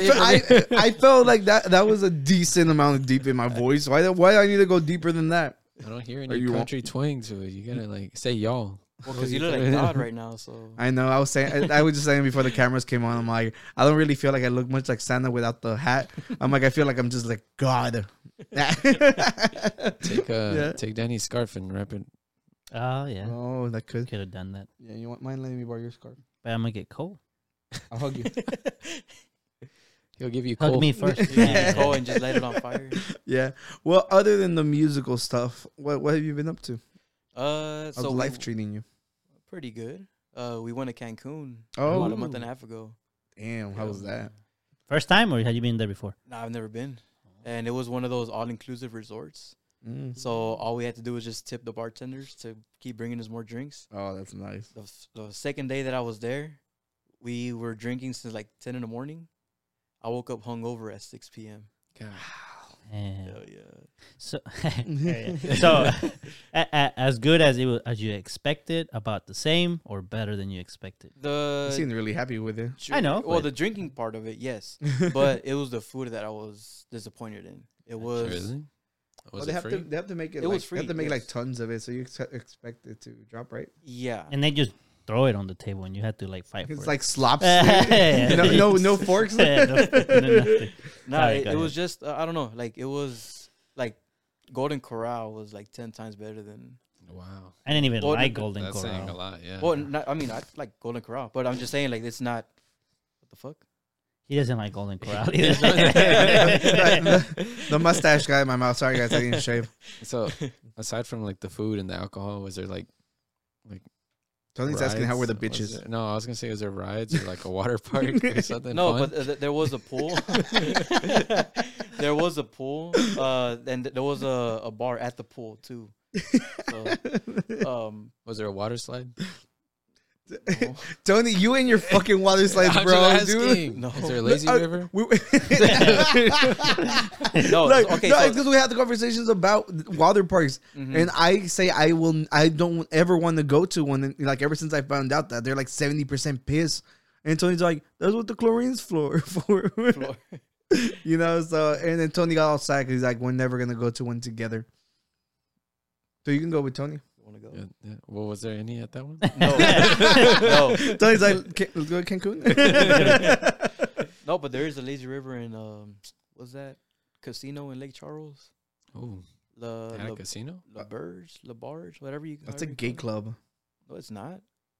it.
fe- I, I felt like that that was a decent amount of deep in my voice. Why why do I need to go deeper than that?
I don't hear
Are
any
you wrong?
country twang to it. You gotta like say y'all.
Because you look like God right now, so
I know. I was saying I, I was just saying before the cameras came on. I'm like, I don't really feel like I look much like Santa without the hat. I'm like, I feel like I'm just like God.
Take uh,
Yeah.
take Danny's scarf and wrap it.
Oh yeah,
oh, that could.
could have done that,
Yeah, you want mind letting me borrow your scarf?
but I'm gonna get cold.
I'll hug you.
He'll give you
Hug
cold.
me first.
you
Yeah.
go and just light it on fire.
yeah. Well, other than the musical stuff, what what have you been up to?
Uh,
How's
so
life
we-
treating you?
pretty good. Uh, we went to Cancun about a
Oh,
month and a half ago.
damn. How was that?
First time, or had you been there before?
Nah, I've never been,
Oh.
and it was one of those all-inclusive resorts.
Mm.
So all we had to do was just tip the bartenders to keep bringing us more drinks.
Oh, that's nice.
The, f- the second day that I was there, we were drinking since like 10 in the morning. I woke up hungover at 6 p.m.
God.
Yeah.
Hell yeah.
Uh, So, so a, a, as good as it was, as you expected, about the same or better than you expected.
You
The
seemed really happy with it.
I know,
Well,
but-
the drinking part of it, yes, but it was the food that I was disappointed in. It was
Really? Was
Well, they
it
have
free?
to they have to make it.
It
like,
was
They have
free,
to make like
yes.
tons of it, so you ex- expect it to drop, right?
yeah.
And they just throw it on the table, and you had to like fight for
It's
it.
like slop.
Yeah.
no, no, no forks.
Yeah, no, no, nothing.
No,
Sorry,
it,
go
it was just uh, I don't know. Like it was like Golden Corral was like ten times better than.
Wow.
I didn't even
Well,
like
the-
Golden
That's saying a
Corral.
lot. Yeah.
Well, not, I mean, I like Golden Corral, but I'm just saying like it's not. What the fuck?
He doesn't like Golden Corral
the,
either.
the mustache guy in my mouth. Sorry guys, I didn't shave.
so aside from like the food and the alcohol, was there like
Tony's asking how we're
rides?
the
Was
bitches.
there- no, I was gonna say, was there rides or like a water park or something?
no,
fun?
but uh, th- there was a pool. there was a pool, uh, and th- there was a, a bar at the pool too. So, um,
was there a water slide?
Tony, you and your fucking water slides,
I'm
bro,
just
dude.
asking. Is there a lazy
Uh,
river?
We,
No,
Like,
Oh, okay, so-
no,
Mm-hmm.
it's because we had the conversations about water parks, and I say I will, I don't ever want to go to one. And, like ever since I found out that they're like seventy percent piss, and Tony's like, "That's what the chlorine's floor for," you know. So, and then Tony got all sad 'cause he's like, "We're never gonna go to one together." So you can go with Tony.
want to go?
Yeah, yeah. Well, was there any at that one?
No, no,
Tony's like, "Can- "Let's go to Cancun."
no, but there is a lazy river in um, what's that casino in Lake Charles?
Oh,
Uh,
La
at
La,
a casino?
La Burge, La Barge, whatever you.
That's a
however you
gay
call
club.
it. No, it's not.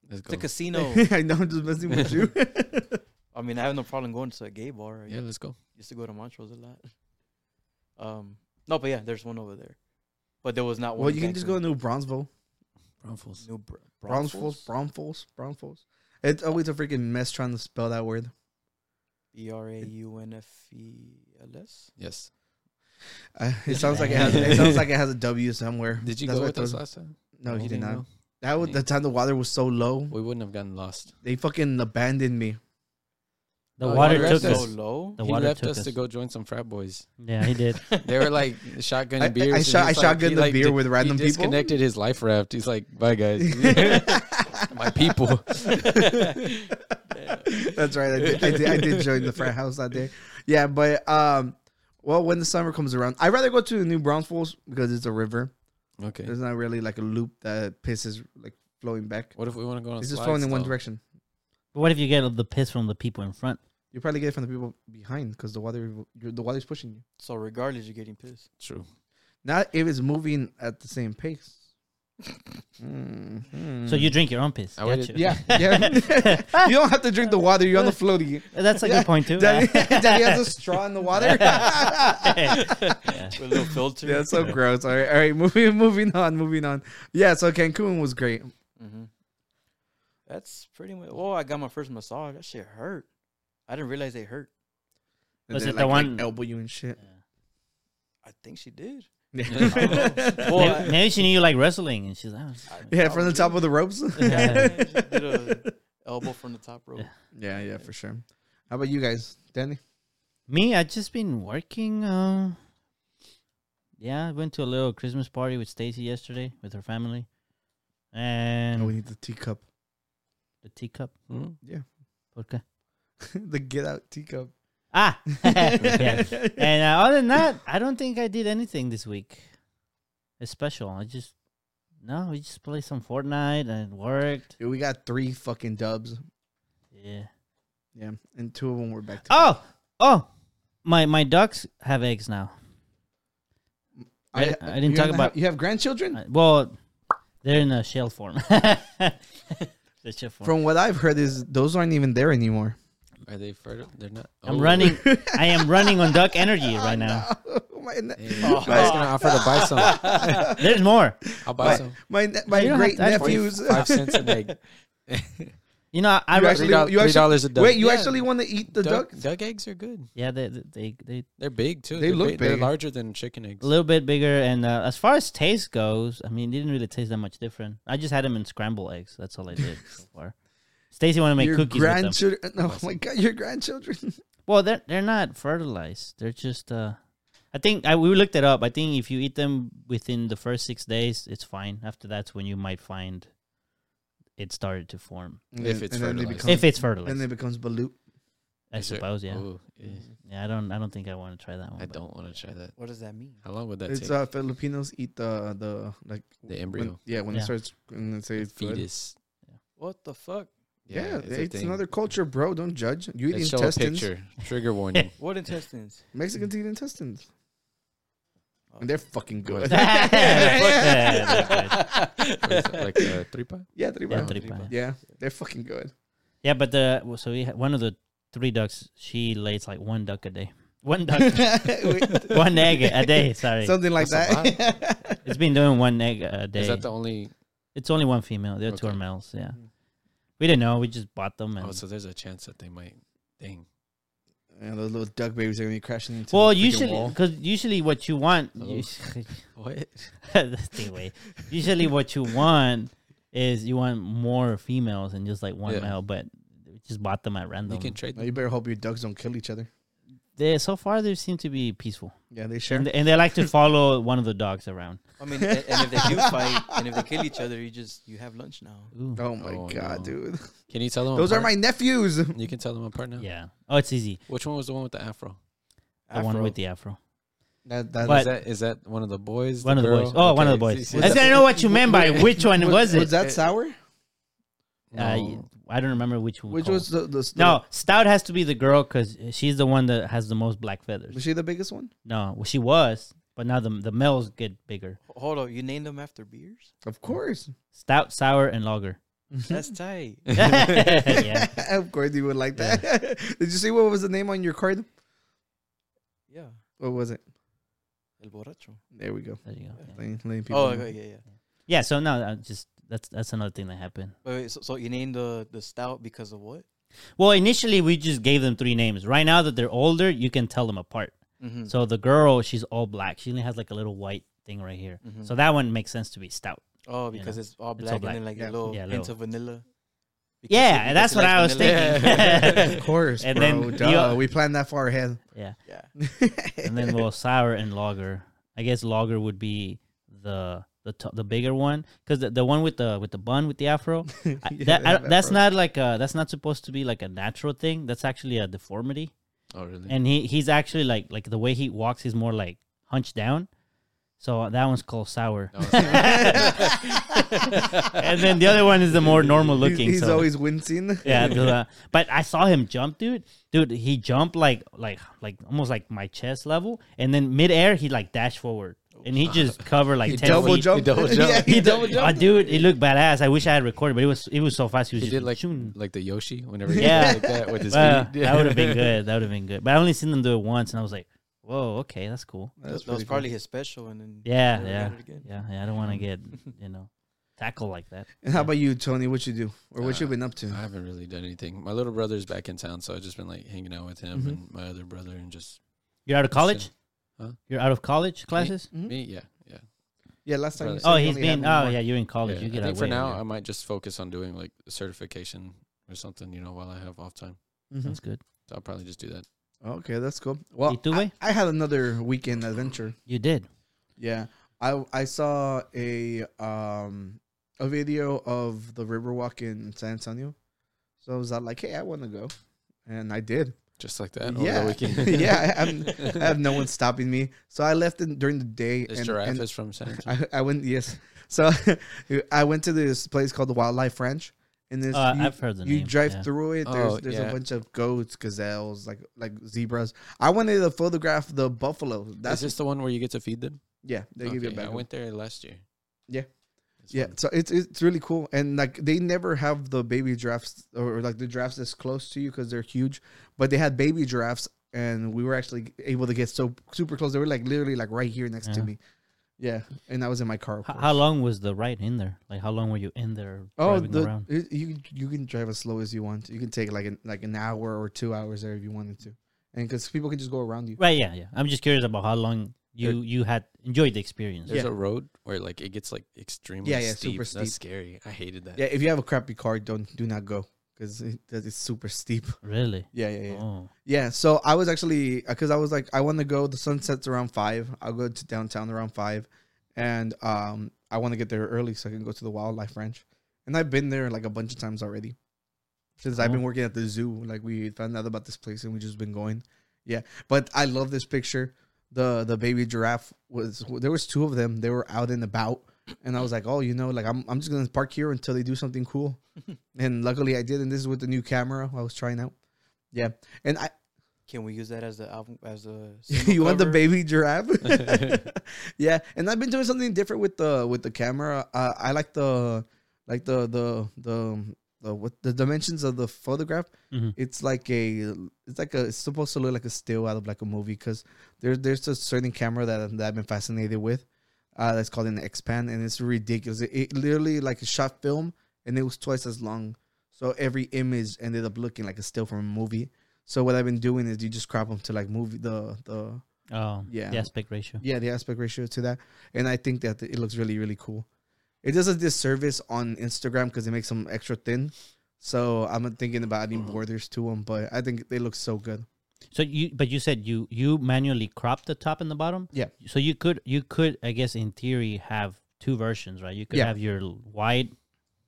Let's
It's
go.
a casino.
I know, I'm just messing with you.
I mean, I have no problem going to a gay bar. I
Yeah, let's go.
used to go to Montrose a lot. Um, no, but yeah, there's one over there, but there was not one.
well, you can just go to New Bronzeville.
Brownfuls.
New Br-
Brownsfools, Brownsfools, Brownsfools. It's always a freaking mess trying to spell that word.
B E R A U N F E L S.
Yes.
Uh, it sounds like it has. It sounds like it has a W somewhere.
Did you
That's
go
what
with
I
us
thought.
last time?
No,
I
he did
didn't
not.
go.
That was the time the water was so low.
We wouldn't have gotten lost.
They fucking abandoned me.
The
Oh,
water
you
took
left
So
us.
us.
low.
The
he
water
left
took
us to go join some frat boys.
Yeah, he did.
They were like shotgun
I- I- I
beers. and
shot-
he's
I
like-
shotgunned
he,
the beer
di-
with random
he
people?
Disconnected his life raft. He's like, bye guys, my people.
That's right. I did, I did. I did join the frat house that day. Yeah, but um, well, when the summer comes around, I'd rather go to the New Brownsfools because it's a river.
Okay.
There's not really like a loop that pisses like flowing back.
What if we want to go on?
It's
slides,
just flowing in one
though?
direction.
But what if you get the piss from the people in front?
You probably get it from the people behind because the water, the water's pushing you.
So regardless, you're getting pissed.
True.
Not if it's moving at the same pace. Mhm.
So you drink your own piss.
I
Gotcha.
would've-
yeah, yeah. you don't have to drink the water. You're on the floaty.
That's a
Yeah.
good point too.
Daddy, Daddy has a straw in the water. yeah,
With a little filter.
it's so gross. All right, all right. Moving, moving on, moving on. Yeah, so Cancun was great.
hmm That's pretty much. Oh, I got my first massage. That shit hurt. I didn't realize they hurt.
Was
They,
it the one-
elbow you and shit?
I think she did.
Yeah,
Boy,
Maybe, maybe she knew you like wrestling, and she's like, oh.
from the top of the ropes.
Yeah.
did a elbow from the top rope.
yeah, yeah, for sure. How about you guys, Danny?
"Me, I just been working." Uh, yeah, I went to a little Christmas party with Stacy yesterday with her family, and
No, we need the teacup,
the teacup.
Mm-hmm.
Hmm?
Okay.
the get out teacup.
Ah, yeah. and uh, other than that, I don't think I did anything this week. It's special. I just no, we just played some Fortnite and worked.
Dude, we got three fucking dubs.
Yeah.
Yeah, and two of them were back. To
Oh, oh, my my ducks have eggs now. I- I didn't
you
talk
have-
about-
you have grandchildren.
Uh, Well, they're in a shell form. the shell form.
From what I've heard, is those aren't even there anymore.
Are they fertile? They're not.
I'm
Oh,
running. I am running on duck energy right now.
my ne-
hey, I was gonna offer to buy some.
There's more.
I'll buy some.
my ne- my
Oh. You don't have
great
to ask for it.
nephews.
Five cents an egg.
You know, I, I
You
re-
actually,
doll-
you
three
actually-
dollars a duck.
Wait, you
Yeah.
actually want to eat the duck?
Duck, duck eggs are good.
yeah, they, they they they
They're big too.
They
They're
look
big- They're
big.
larger than chicken eggs.
a little bit bigger. And uh, as far as taste goes, I mean, it didn't really taste that much different. I just had them in scrambled eggs. That's all I did so far. Stacy wanted to make
Your
cookies with them.
grandchildren? No, oh my god, your grandchildren.
Well, they're they're not fertilized. They're just. Uh, I think I, we looked it up. I think if you eat them within the first six days, it's fine. After that's when you might find it started to form.
If it's
and then they
fertilized.
become,
If it's
then
fertilized,
it becomes balut.
I
Is there-
suppose. Yeah.
Ooh, eh,
Mm.
Yeah. I don't. I don't think I want to try that one.
I
but-
don't want to try that.
What does that mean?
How long would that
It's
take?
uh, Filipinos eat the the like when,
the embryo,
yeah when it
Yeah.
starts and they say it's good.
fetus.
What the fuck?
Yeah,
it's, a
it's,
thing.
another culture, bro. Don't judge. You eat
Let's show a
intestines.
picture. Trigger warning.
What intestines?
Mexicans eat intestines, and they're fucking good.
Yeah, they're good.
What is it, like a tripa?
yeah, three
Yeah,
bro.
tripa.
yeah, they're fucking good.
Yeah, but the well, so we had one of the three ducks. She lays like one duck a day. One duck, one egg a day. Sorry,
Something like
That's a
that.
lot.
it's been doing one egg a day.
Is that the only? oh,
It's only one female. The other two are
Okay.
males. Yeah.
Hmm.
We didn't know. We just bought them. And
Oh, so there's a chance that they might. Dang.
Yeah, those little duck babies are gonna be crashing into.
well,
the freaking
usually,
wall.
because usually what you want,
Oh.
you,
What?
that's the way. Usually, what you want is you want more females and just like one
Yeah.
male, but we just bought them at random.
You can trade
Now,
them.
you better hope your ducks don't kill each other.
they, so far, they seem to be peaceful,
Yeah, they share.
and, they, and they like to follow one of the dogs around.
I mean, a- and if they do fight, and if they kill each other, you just you have lunch now.
Ooh,
oh my
Oh,
god,
no.
dude.
Can you tell
Oh,
them?
Those are
apart?
my nephews.
You can tell them apart now.
yeah. Oh, it's easy.
Which one was the one with the afro?
The one with the afro.
That, that
But-
is that is that one of the boys?
One of the boys. Oh, one of the boys.
see,
I said I
that-
know what you meant by
was-
which one was it.
Was that sour?
Uh, I don't remember which one.
Which
called.
was the, the, the
no stout has to be the girl because she's the one that has the most black
Was
feathers.
she the biggest one?
No, well, she was, but now the the males get bigger.
Hold on, you named them after beers?
Of course.
Stout, sour, and lager.
That's tight.
yeah.
of course you would like that. Did you see what was the name on your card?
Yeah,
What was it?
el borracho.
There we go.
There you go. Yeah.
Letting- letting people
Oh,
know.
okay, yeah, yeah.
Yeah, So no, uh, just that's that's another thing that happened.
Wait, wait, so, so you named the the stout because of what?
Well, initially we just gave them three names. Right now that they're older, you can tell them apart.
Mm-hmm.
So the girl, she's all black. She only has like a little white thing right here. So that one makes sense to be stout.
Oh,
you
because
know,
it's all
it's all
black,
black.
and then like
Yeah.
a little
Yeah,
hint
little.
of vanilla. Because
Yeah,
she- because
that's
she
what
likes
I was
vanilla.
thinking.
Of course,
And
bro.
then
duh,
you-
we planned that far ahead.
yeah.
yeah.
and then well sour and lager i guess lager would be the the, t- the bigger one because the, the one with the with the bun with the afro I-
Yeah,
that,
they
I,
have
that's
afros.
not like a, that's not supposed to be like a natural thing that's actually a deformity
Oh, really?
and he he's actually like like the way he walks he's more like hunched down so that one's called sour
No, it's not.
and then the other one is the more normal
He's,
looking
he's
so-
always wincing.
yeah, the, uh, but I saw him jump, dude. Dude, he jumped like like like almost like my chest level, and then midair he like dashed forward, and he just covered like
He
ten
double
feet.
jumped.
double jumped.
Yeah,
He
he
double
double
jumped. Oh, dude, it looked badass. I wish I had recorded, but it was it was so fast. He was
He
just
did like
shooting.
like the Yoshi whenever he
Yeah.
yeah. like that with his
Well,
feet.
That would have been good. That would have been good. But I only seen them do it once, and I was like, "Whoa, okay, that's cool."
That was,
That's pretty cool.
probably his special, and then
Yeah,
never
yeah,
got it again.
yeah, yeah. I don't want to get you know tackled like that.
And how about you, Tony? What you do or what
Uh,
you been up to?
I haven't really done anything. My little brother's back in town, so I've just been like hanging out with
Mm-hmm.
him and my other brother and just
You're out of college.
Huh?
You're out of college classes.
Hmm?
me. Yeah, yeah.
Yeah, last time. You
Brother.
said
Oh,
you
he's
only had
been.
one
Oh,
more.
yeah, you're in college.
Yeah,
You get out
I think for
way
now
earlier.
I might just focus on doing like certification or something, you know, while I have off time.
That's good.
So I'll probably just do that.
Okay, that's cool. Well,
two
I,
way?
I had another weekend adventure.
You did.
Yeah, I I saw a um a video of the Riverwalk in San Antonio, so I was out like, hey, I want to go, and I did.
Just like that
yeah,
over the weekend.
yeah, I, I'm, I have no one stopping me, so I left in, during the day.
This
and-
giraffe
and
is from San Antonio.
I, I went yes. So I went to this place called the Wildlife Ranch, and this
Uh, I've heard the
you
name,
drive
yeah.
through it. There's
Oh,
there's a
yeah.
bunch of goats, gazelles, like like zebras. I wanted to photograph the buffalo.
Is
That's
this the one where you get to feed them?
yeah. They give you a
Okay,
bag.
I
of-
went there last year.
Yeah.
It's
yeah,
fun.
so it's it's really cool, and like they never have the baby giraffes or like the giraffes that's close to you because they're huge, but they had baby giraffes, and we were actually able to get so super close. They were like literally like right here next to
Yeah.
me. Yeah, and I was in my car. of
H-
course.
how long was the ride in there? Like, how long were you in there
Oh,
driving
the,
around?
it- you can- you can drive as slow as you want. You can take like an like an hour or two hours there if you wanted to, and because people can just go around you.
Right, yeah, yeah. I'm just curious about how long you you had enjoyed the experience.
There's
Yeah.
a road where like it gets like extremely
Yeah, yeah,
steep.
super
That's
steep.
scary. I hated that.
Yeah, if you have a crappy car, don't do not go because it, 'cause it's super steep.
Really?
Yeah, yeah, yeah.
Oh,
Yeah, so I was actually because I was like, I want to go. The sun sets around five. I'll go to downtown around five, and um, I want to get there early so I can go to the wildlife ranch. And I've been there like a bunch of times already since I've been
Cool.
working at the zoo. Like we found out about this place and we just been going. Yeah, but I love this picture. The the baby giraffe was there was two of them. They were out and about, and I was like, oh, you know, like I'm I'm just gonna park here until they do something cool. and luckily I did, and this is with the new camera I was trying out. Yeah, and I
Can we use that as the album as the?
you want the
cover?
baby giraffe? yeah, and I've been doing something different with the with the camera. Uh, I like the like the the the the what the dimensions of the photograph.
Mhm.
It's like a it's like a it's supposed to look like a still out of like a movie because there's there's a certain camera that, that I've been fascinated with. Uh, that's called an X pan, and it's ridiculous. It, it literally like a shot film, and it was twice as long. So every image ended up looking like a still from a movie. So what I've been doing is you just crop them to like movie the the
oh,
Yeah.
The aspect ratio.
yeah the aspect ratio to that, and I think that it looks really really cool. it does a disservice on Instagram because it makes them extra thin. So I'm thinking about adding
Mm.
borders to them, but I think they look so good.
So you, but you said you you manually crop the top and the bottom.
Yeah.
So you could you could I guess in theory have two versions, right? You could
Yeah.
have your l- wide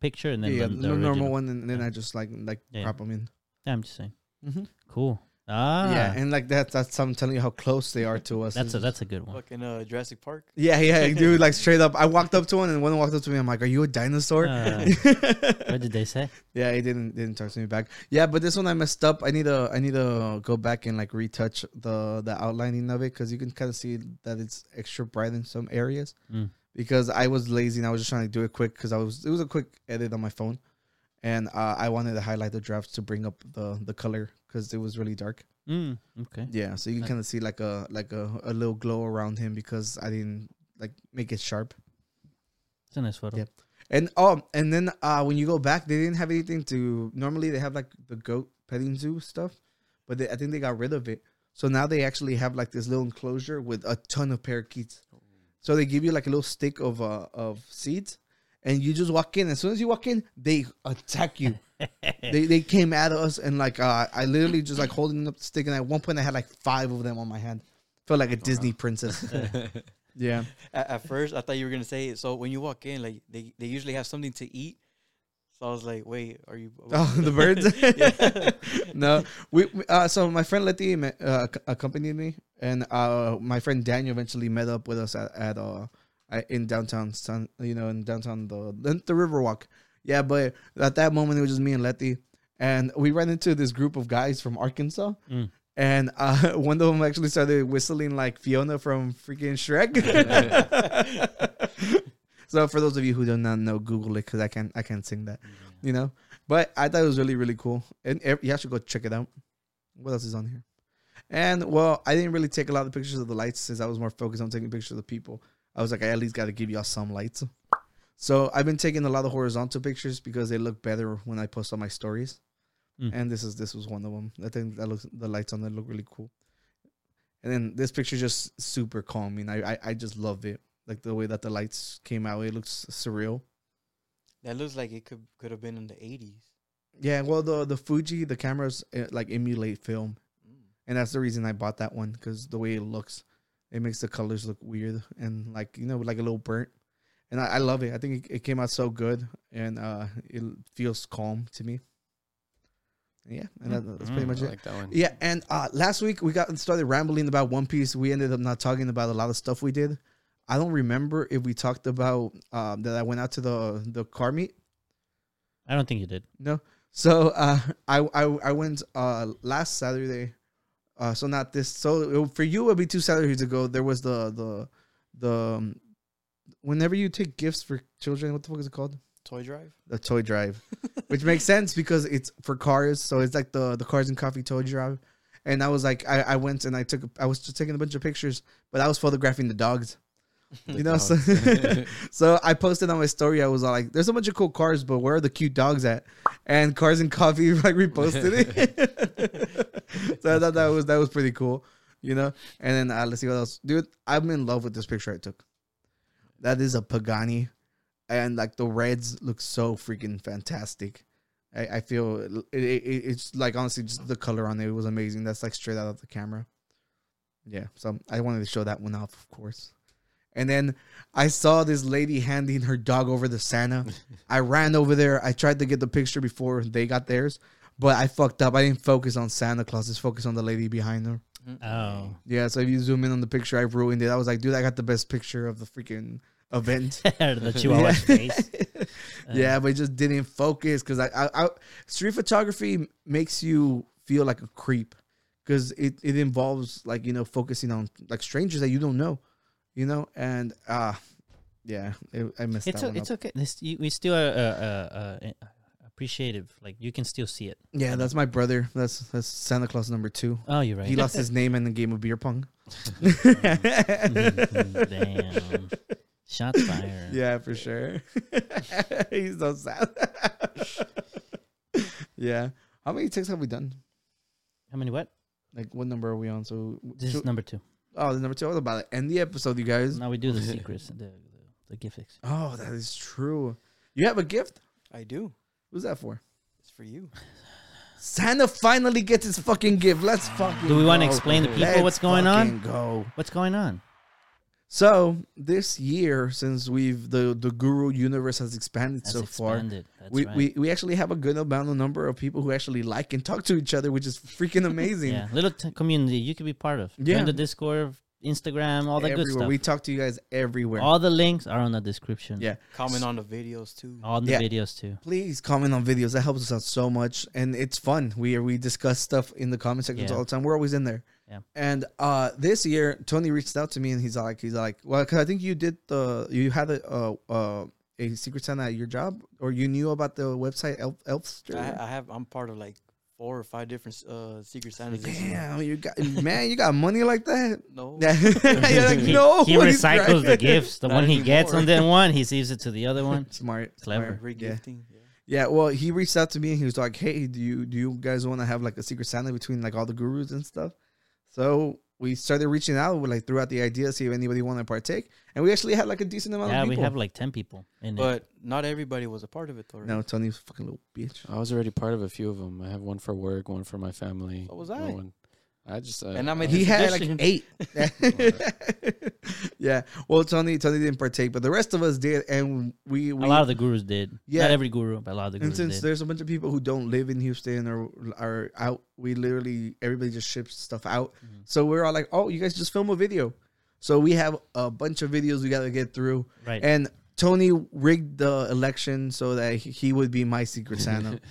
picture and then
yeah,
the,
the
the
normal
original.
one, and then I just like like
Yeah.
crop them in.
Yeah, I'm just saying.
Mhm.
Cool. Ah.
Yeah, and like that, that's I'm telling you how close they are to us.
that's a that's a good one.
Fucking uh, Jurassic Park.
yeah, yeah, dude. Like straight up, I walked up to one, and one walked up to me. I'm like, "Are you a dinosaur?"
Ah, what did they say?
Yeah, he didn't didn't talk to me back. Yeah, but this one I messed up. I need to I need to go back and like retouch the the outlining of it because you can kind of see that it's extra bright in some areas.
Mm.
Because I was lazy and I was just trying to do it quick because I was it was a quick edit on my phone, and uh, I wanted to highlight the drafts to bring up the the color because it was really dark.
Mm, okay.
Yeah, so you can
Nice.
kind of see like a like a, a little glow around him because I didn't like make it sharp.
It's a nice photo.
Yep. And oh, and then uh, when you go back, they didn't have anything to. Normally, they have like the goat petting zoo stuff, but they, I think they got rid of it. So now they actually have like this little enclosure with a ton of parakeets. So they give you like a little stick of uh, of seeds, and you just walk in. As soon as you walk in, they attack you. they they came at us, and like uh, I literally just like holding up the stick, and at one point I had like five of them on my hand. Felt like a Disney princess. yeah.
At, at first, I thought you were gonna say so. When you walk in, like they, they usually have something to eat. So I was like, wait, are you?
Oh, the birds.
Yeah.
no, we, we- uh, so my friend Letty me- uh, ac- accompanied me, and uh, my friend Daniel eventually met up with us at, at uh I- in downtown Sun, you know, in downtown the the- the Riverwalk. Yeah, but at that moment it was just me and Letty, and we ran into this group of guys from Arkansas.
Mm.
And uh, one of them actually started whistling like Fiona from freaking Shrek. so for those of you who do not know, Google it because I can't I can't sing that, you know. But I thought it was really, really cool. And ev- you have to go check it out. What else is on here? And well, I didn't really take a lot of pictures of the lights since I was more focused on taking pictures of the people. I was like, I at least got to give y'all some lights. So I've been taking a lot of horizontal pictures because they look better when I post on my stories.
Mm.
And this is this was one of them. I think that looks the lights on there look really cool. And then this picture is just super calming. I, I I just love it. Like the way that the lights came out, it looks surreal.
that looks like it could could have been in the '80s.
Yeah, well, the the Fuji, the cameras uh, like emulate film, and that's the reason I bought that one because the way it looks, it makes the colors look weird and like you know like a little burnt, and I, I love it. I think it, it came out so good, and uh, it feels calm to me. Yeah, and that, that's pretty
Mm,
much
I
it.
like that one.
Yeah, and uh, last week we got started rambling about One Piece. We ended up not talking about a lot of stuff we did. I don't remember if we talked about um, that I went out to the the car meet.
I don't think you did.
No. So uh, I, I I went uh last Saturday. Uh, so not this. So it- for you, it'll be two Saturdays ago. There was the the the um, whenever you take gifts for children, what the fuck is it called?
Toy drive.
The toy drive, which makes sense because it's for cars. So it's like the the cars and coffee toy drive. And I was like, I, I went and I took a- I was just taking a bunch of pictures, but I was photographing the dogs. you know, so, so I posted on my story. I was all like, "There's a bunch of cool cars, but where are the cute dogs at?" And Cars and Coffee like reposted it. so I thought that was that was pretty cool, you know. And then uh, let's see what else, dude. I'm in love with this picture I took. That is a Pagani, and like the reds look so freaking fantastic. I, I feel it, it, it- it's like honestly just the color on it, was amazing. That's like straight out of the camera. Yeah, so I wanted to show that one off, of course. And then I saw this lady handing her dog over to Santa. I ran over there. I tried to get the picture before they got theirs, but I fucked up. I didn't focus on Santa Claus. Just focused on the lady behind her.
Oh.
Yeah, so if you zoom in on the picture, I ruined it. I was like, dude, I got the best picture of the freaking event.
the Chihuahua's face.
yeah,
Uh,
but it just didn't focus because I, I, I street photography makes you feel like a creep because it, it involves like you know focusing on like strangers that you don't know, you know, and uh yeah, it, I missed
It's
that
o-
one
it's
up.
okay. This, you, we still are uh, uh, uh, uh, appreciative. Like you can still see it.
Yeah, that's my brother. That's that's Santa Claus number two.
Oh, you're right.
He lost his name in the game of beer pong.
Mm-hmm. Damn. Shots fired.
Yeah, for sure. He's so sad. yeah. How many takes have we done?
How many? What?
Like, what number are we on? So,
This is number two.
oh, the number two. I was about to end the episode, you guys.
Now we do the secrets. The, the, the gift ex-
Oh, that is true. You have a gift?
I do.
Who's that for?
It's for you.
Santa finally gets his fucking gift. Let's fucking.
Do we wanna
go.
explain to people
Let's
what's going on?
fucking Go.
Oh, What's going on?
So this year, since we've the the Guru universe has expanded
That's
so
expanded.
far,
That's
we,
right.
we we actually have a good amount of number of people who actually like and talk to each other, which is freaking amazing.
Yeah, little t- community you could be part of. Join
Yeah.
the Discord, Instagram, all that
everywhere. We
good stuff.
talk to you guys everywhere.
all the links are on the description.
yeah.
Comment on the videos too.
on the
Yeah.
videos too.
Please comment on videos. That helps us out so much, and it's fun. We we discuss stuff in the comment sections
Yeah.
all the time. We're always in there.
Yeah.
And uh, this year, Tony reached out to me, and he's like, he's like, well, because I think you did the you had a uh, uh, a secret Santa at your job, or you knew about the website Elf Elfster.
I, I have. I'm part of like four or five different uh, Secret Santas. this year.
Damn, you got man, you got money like that.
No.
Yeah. You're like,
He,
no,
he
he's
recycles the
right."
gifts. The
Not
one he gets on
anymore.
that one, he saves it to the other one.
Smart,
Clever.
smart. Yeah.
Regifting. Yeah.
Yeah, well, he reached out to me and he was like, "Hey, do you do you guys want to have like a secret Santa between like all the gurus and stuff?" So we started reaching out, with, like threw out the idea, see if anybody wanted to partake, and we actually had like a decent amount
Yeah,
of
we
people.
have like ten people in it.
But not everybody was a part of it though. Right?
no, Tony's a fucking little bitch.
I was already part of a few of them. I have one for work, one for my family.
So was
and
I.
One, I just uh,
And I made the
He had like
suggestion.
eight. yeah, well, Tony, Tony didn't partake, but the rest of us did, and we, we
a lot of the gurus did.
Yeah.
Not every guru, but a lot of the
And
gurus
since
did.
there's a bunch of people who don't live in Houston or are out, we literally everybody just ships stuff out.
Mm-hmm.
So we're all like, "Oh, you guys just film a video." So we have a bunch of videos we got to get through.
Right.
And Tony rigged the election so that he- he would be my secret Santa.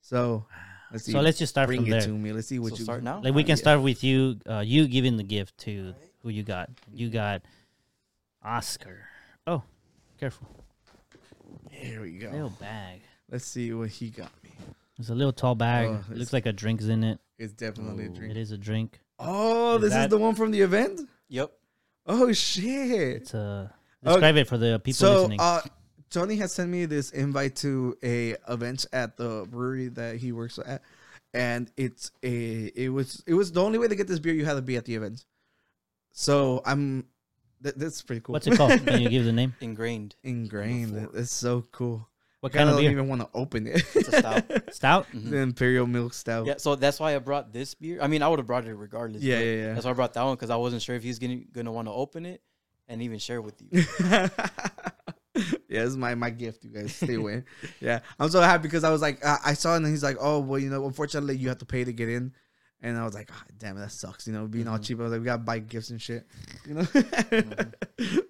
so let's see.
So let's just start
bring
from
it
there.
to me. Let's see what
So
you
start now.
Like we
Yeah.
can start with you, uh, you giving the gift to who you got. You got Oscar. Oh, careful,
Here we go.
little bag.
Let's see what he got me.
It's a little tall bag.
Oh,
it
it's-
looks like a drink's in it.
It's definitely a
It
drink.
is a drink.
Oh,
Is
this is
that-
the one from the event.
Yep.
Oh shit.
It's a
Okay.
describe it for the people
Oh, so
listening.
uh tony has sent me this invite to a event at the brewery that he works at and it's a it was it was the only way to get this beer you had to be at the event so i'm th- that's pretty cool
What's it called? can you give the name?
Ingrained.
ingrained
Number four.
it's so cool
What
i kind
kind of
don't
beer?
even want to open it
It's a stout.
Stout.
Mm-hmm.
the imperial milk stout
Yeah, so that's why I brought this beer. I mean, I would have brought it regardless.
Yeah,
but
yeah, yeah.
That's why I brought that one because I wasn't sure if he's gonna gonna want to open it and even share with you.
yeah, this is my, my gift, you guys. Stay away. yeah, I'm so happy because I was like, I, I saw it and he's like, oh, well, you know, unfortunately, you have to pay to get in. And I was like, ah, damn, that sucks. You know, being all cheap. I was like, we got to buy gifts and shit. You know?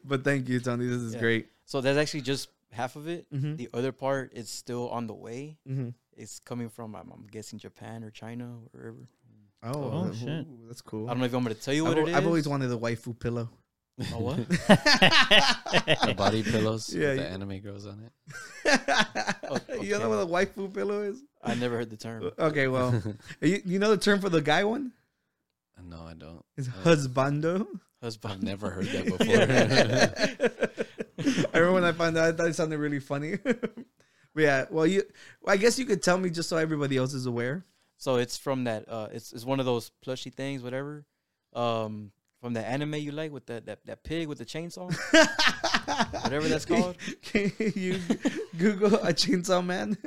But thank you, Tony. This is
Yeah.
great.
So that's actually just half of it.
Mhm.
The other part is still on the way.
Mhm.
It's coming from I'm, I'm guessing Japan or China wherever.
Oh,
Oh,
uh,
shit.
ooh, that's cool.
I don't know if I'm gonna tell you
I've,
what it is.
I've always wanted a waifu pillow.
Oh, what?
the body pillows
Yeah,
with
you-
the anime girls on it.
You know what a waifu pillow is?
I never heard the term.
Okay, well, you, you know the term for the guy one?
No, I don't.
It's husbando.
I've
Husband.
never heard that before.
I remember when I found out, I thought it sounded really funny. but yeah, well, you, I guess you could tell me just so everybody else is aware.
So it's from that. Uh, it's it's one of those plushy things, whatever. Um, from that anime you like with that that, that pig with the chainsaw, whatever that's called.
Can you Google a chainsaw man?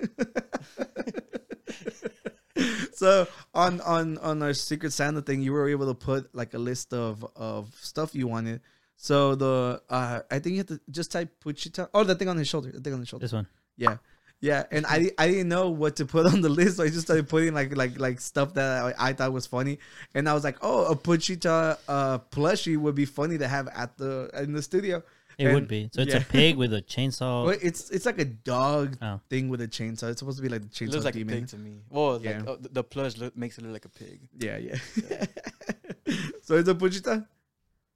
so on on on our Secret Santa thing, you were able to put like a list of of stuff you wanted. So the uh, I think you have to just type Puchita. Oh, the thing on his shoulder. The thing on his shoulder.
This one.
Yeah. Yeah, and I, I didn't know what to put on the list, so I just started putting like like like stuff that I, I thought was funny, and I was like, oh, a Puchita uh, plushie would be funny to have at the in the studio.
It
And-
would be. So it's
yeah.
a pig with a chainsaw.
Well, it's it's like a dog
Oh.
thing with a chainsaw. It's supposed to be like the
It
chainsaw
looks like a
demon.
pig to me. Well,
Yeah.
like, uh, the, the plush look, makes it look like a pig.
yeah, yeah. so it's a Puchita.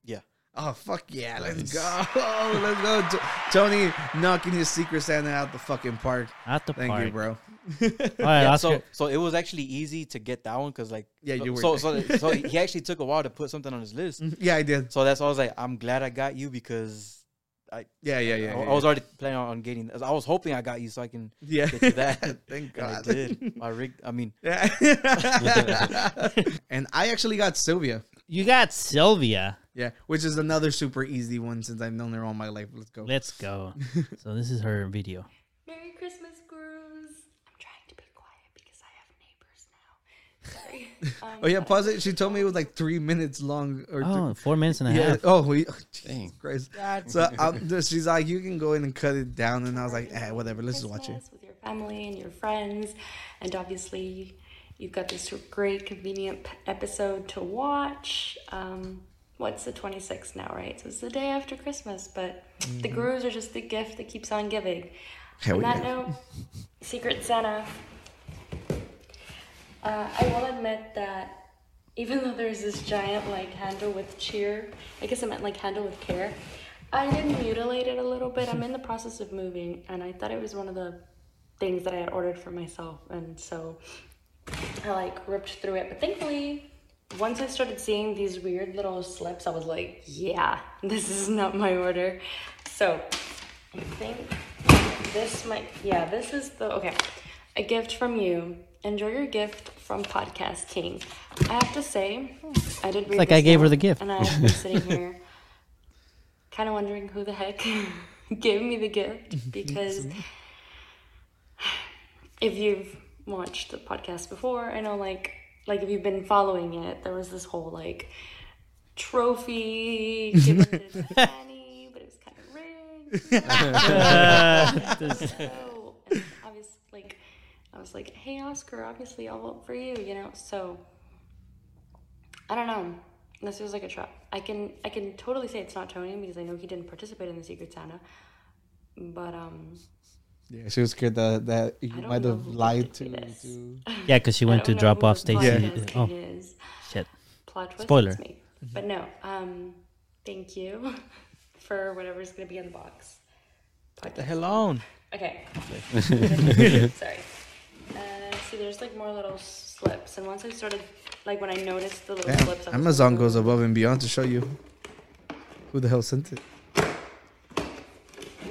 Yeah.
Oh fuck yeah! Let's go, let's go. T- Tony knocking his secret Santa out the fucking park.
At the
Thank
park.
you, bro.
All right,
Yeah,
Oscar.
so so it was actually easy to get that one because like
Yeah,
so-
you were Mm-hmm.
so so, so he actually took a while to put something on his list.
Yeah, I did.
So that's why I was like, I'm glad I got you because
Yeah, yeah, yeah.
I,
yeah,
I was already planning on getting. I was hoping I got you so I can
yeah.
get you that.
Thank
And I
God.
did. I rigged. I mean,
Yeah. and I actually got Sylvia.
You got Sylvia.
Yeah, which is another super easy one since I've known her all my life. Let's go.
Let's go. so this is her video.
Merry Christmas, gurus. I'm trying to be quiet because I have neighbors now. Sorry. Um,
Oh yeah, pause it. She told me it was like three minutes long. Or
Oh, four minutes and a
three, yeah.
half.
Oh, we, oh, Jesus
Dang.
Christ. So I'm just, she's like, you can go in and cut it down, and I was like, eh, whatever. Let's just watch it.
Christmas With your family and your friends, and obviously, you've got this great, convenient p- episode to watch. Um, what's the 26th now, right? So it's the day after Christmas, but the gurus are just the gift that keeps on giving.
Mm-hmm. Hell
On that
yeah.
note, Secret Santa. Uh, I will admit that even though there's this giant like handle with cheer, I guess I meant like handle with care. I did mutilate it a little bit. I'm in the process of moving, and I thought it was one of the things that I had ordered for myself, and so I like ripped through it. But thankfully, once I started seeing these weird little slips, I was like, yeah, this is not my order. So I think this might, yeah, this is the, okay. A gift from you. Enjoy your gift from Podcast King. I have to say, I did read
like
this
I gave her
out,
the gift.
And I've been sitting here kind of wondering who the heck gave me the gift because if you've watched the podcast before, I know like like if you've been following it, there was this whole like trophy given to Fanny, but it was kind of rigged. So, and obviously, like, I was like, hey, Oscar, obviously I'll vote for you, you know? So, I don't know. This feels like a trap. I can I can totally say it's not Tony because I know he didn't participate in the Secret Santa, but um,
Yeah, she was scared that that you
I don't
might
know
have
who
lied
did
to.
this.
to
Yeah, because she went
I
to
don't know
drop
who
off
the
Stacy.
podcast
Oh
king is.
shit.
plot twist.
Spoiler.
It's me. But no, um, thank you for whatever's gonna be in the box.
the hell on.
Okay. Sorry. Uh, see, there's like more little slips, and once I started, like when I noticed the little
Damn,
slips, I was
Amazon
like,
goes
"Ooh,
above and beyond to show you who the hell sent it.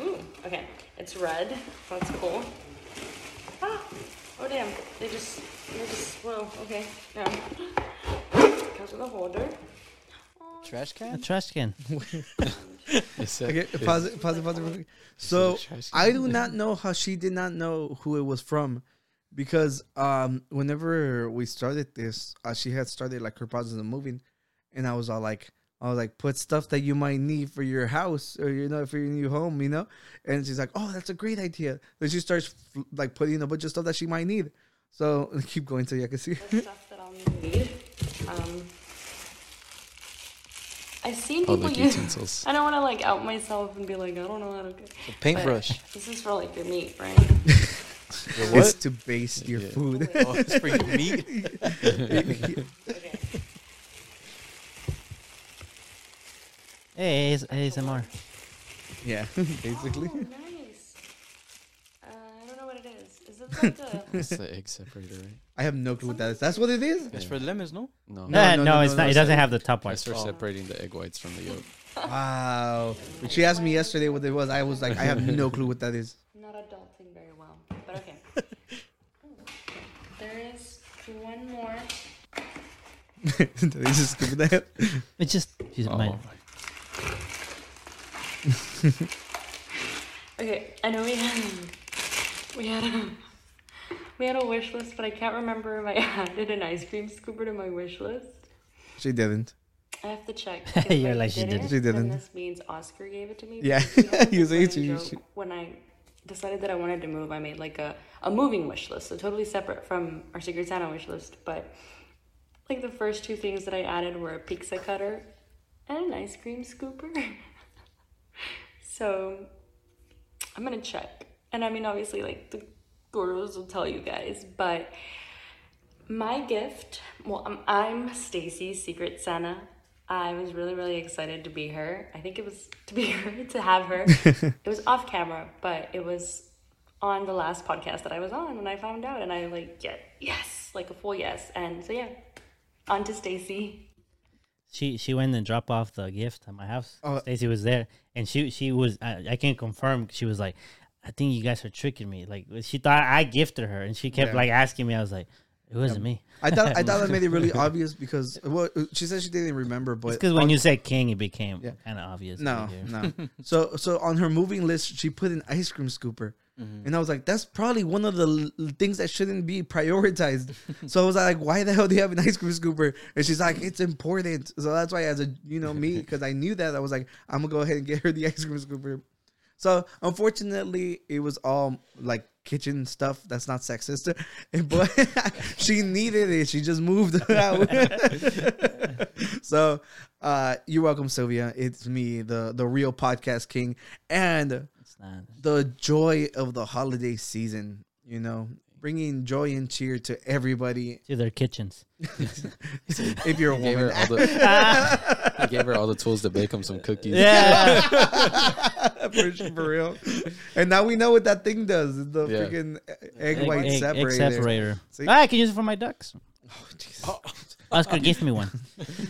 Ooh, okay. It's red. so That's cool. Ah, oh damn. They just, they're just, whoa, okay. Yeah. Comes with a holder.
Trash
A
can?
trash can.
Okay, pause it, pause it, pause it. real quick. So I do not know how she did not know who it was from, because um, whenever we started this, uh, she had started like her process of moving, and I was all like, I was like, put stuff that you might need for your house or you know for your new home, you know. And she's like, oh, that's a great idea. Then she starts f- like putting a bunch of stuff that she might need. So keep going so you can see.
stuff that I'll need. Um, I've seen people
Public
use.
utensils.
I don't want to like out myself and be like, I don't know how to cook.
Paintbrush.
This is for like your meat, right?
It's to baste your food.
oh, it's for your meat.
Okay.
Hey, AS- ASMR.
yeah, basically.
Oh, nice. Uh, I don't know what it is. Is it like a?
That's the egg separator, right?
I have no clue what that is. That's what it is.
It's for the lemons, no?
No.
No,
Uh,
no,
no,
no,
it's
no,
not.
no,
it doesn't have the top one.
That's for separating the egg whites from the yolk.
Wow. But she asked me yesterday what it was. I was like, I have no clue what that is.
I'm not adulting very well, but okay. there is one more.
Did they just give me that?
It's just she's
Oh
mine.
Okay, I know we had we had a we had a wish list, but I can't remember if I added an ice cream scooper to my wish list.
She didn't.
I have to check. 'cause if
You're
I
like, she
did
didn't.
it,
She didn't.
Then this means Oscar gave it to me.
Yeah.
because we had
You
this
say
running
she- she-
joke When I decided that I wanted to move, I made like a, a moving wish list, so totally separate from our Secret Santa wish list. But like the first two things that I added were a pizza cutter and an ice cream scooper. so I'm gonna check, and I mean obviously like the gurus will tell you guys, but. My gift, well, I'm, I'm Stacy, Secret Santa. I was really, really excited to be her. I think it was to be her, to have her. it was off camera, but it was on the last podcast that I was on, and I found out, and I like, yeah, yes, like a full yes. And so, yeah, on to Stacy.
She she went and dropped off the gift at my house.
Oh.
Stacy was there, and she she was. I, I can confirm. She was like, I think you guys are tricking me. Like she thought I gifted her, and she kept
Yeah.
like asking me. I was like, It wasn't me.
I thought I thought that made it really obvious because well, she said she didn't remember,
It's
but
because when you said king, it became
Oh. Yeah.
kind of obvious.
no,
right there.
no. So so on her moving list, she put an ice cream scooper, and I was like, that's probably one of the l- things that shouldn't be prioritized. so I was like, why the hell do you have an ice cream scooper? And she's like, it's important. So that's why, as a you know me, because I knew that, I was like, I'm gonna go ahead and get her the ice cream scooper. So unfortunately, it was all like kitchen stuff that's not sexist, but she needed it. She just moved out. so uh, you're welcome, Sylvia. It's me, the the real podcast king, and
It's not.
the joy of the holiday season. You know, bringing joy and cheer to everybody.
To their kitchens.
If you're a
Gave
woman,
her all the, I gave her all the tools to bake him some cookies.
Yeah.
for, for real. And now we know what that thing does. The
Yeah.
freaking egg white
Egg- egg-
separator.
egg separator.
See? Oh,
Ah, I can use it for my ducks. Oscar, give me one.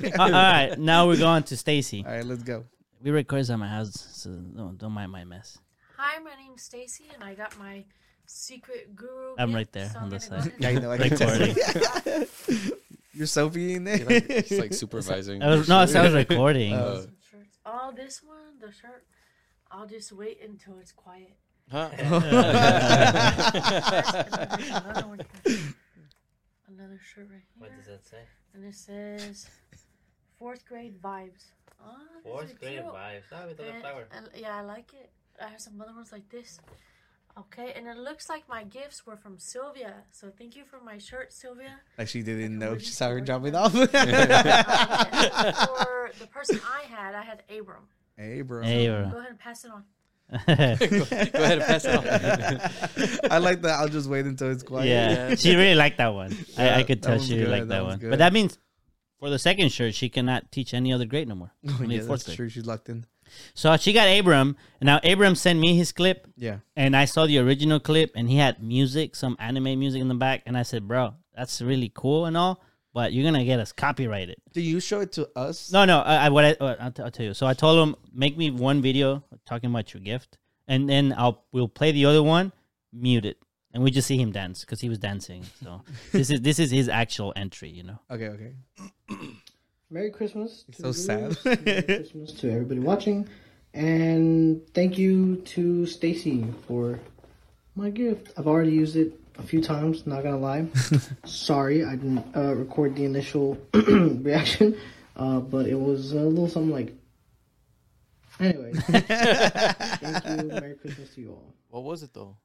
Uh, all right, now we're going to Stacy.
All right, let's go.
We record this at my house, so don't, don't mind my mess.
Hi, my name's Stacy, and I got my secret guru.
I'm
gift,
right there
so
on
I'm
the
gonna go
side.
ahead and
Yeah, I know. I can
Recording.
tell. You're Sophie in there.
It's like supervising.
I was, no, I was recording.
Uh,
shirts. Oh, this one, the shirt. I'll just wait until it's quiet. And then there's another one here. Another shirt right here.
that say?
And it says fourth grade vibes. Oh,
Ah,
yeah, I like it. I have some other ones like this. Okay, and it looks like my gifts were from Sylvia. So thank you for my shirt, Sylvia.
Like she didn't know
Really
she saw her
sorry.
dropping off.
for the person I had, I had Abram.
hey, bro.
Hey,
Go ahead and pass it on.
bro.
Go ahead and pass it off.
I like that. I'll just wait until it's quiet.
yeah, she really liked that one. I, I could
that
tell
one's
she
good,
liked
that
that,
one's
one.
good.
But that means for the second shirt, she cannot teach any other grade no more.
Oh,
Only
yeah,
fourth
that's
grade.
true. She's locked in.
So she got Abram. and Now Abram sent me his clip,
Yeah.
and I saw the original clip, and he had music, some anime music in the back, and I said, "Bro, that's really cool and all, but you're gonna get us copyrighted."
Do you show it to us?
No, no. I, I what I, uh, I'll, t- I'll tell you. So I told him make me one video talking about your gift, and then I'll we'll play the other one, mute it, and we just see him dance because he was dancing. So this is this is his actual entry, you know.
Okay. Okay.
Merry Christmas. To
So
the
sad.
viewers, Merry Christmas to everybody watching. And thank you to Stacy for my gift. I've already used it a few times, not gonna lie. Sorry, I didn't uh, record the initial reaction, uh, but it was a little something like. Anyway, thank you. Merry Christmas to you all.
What was it though?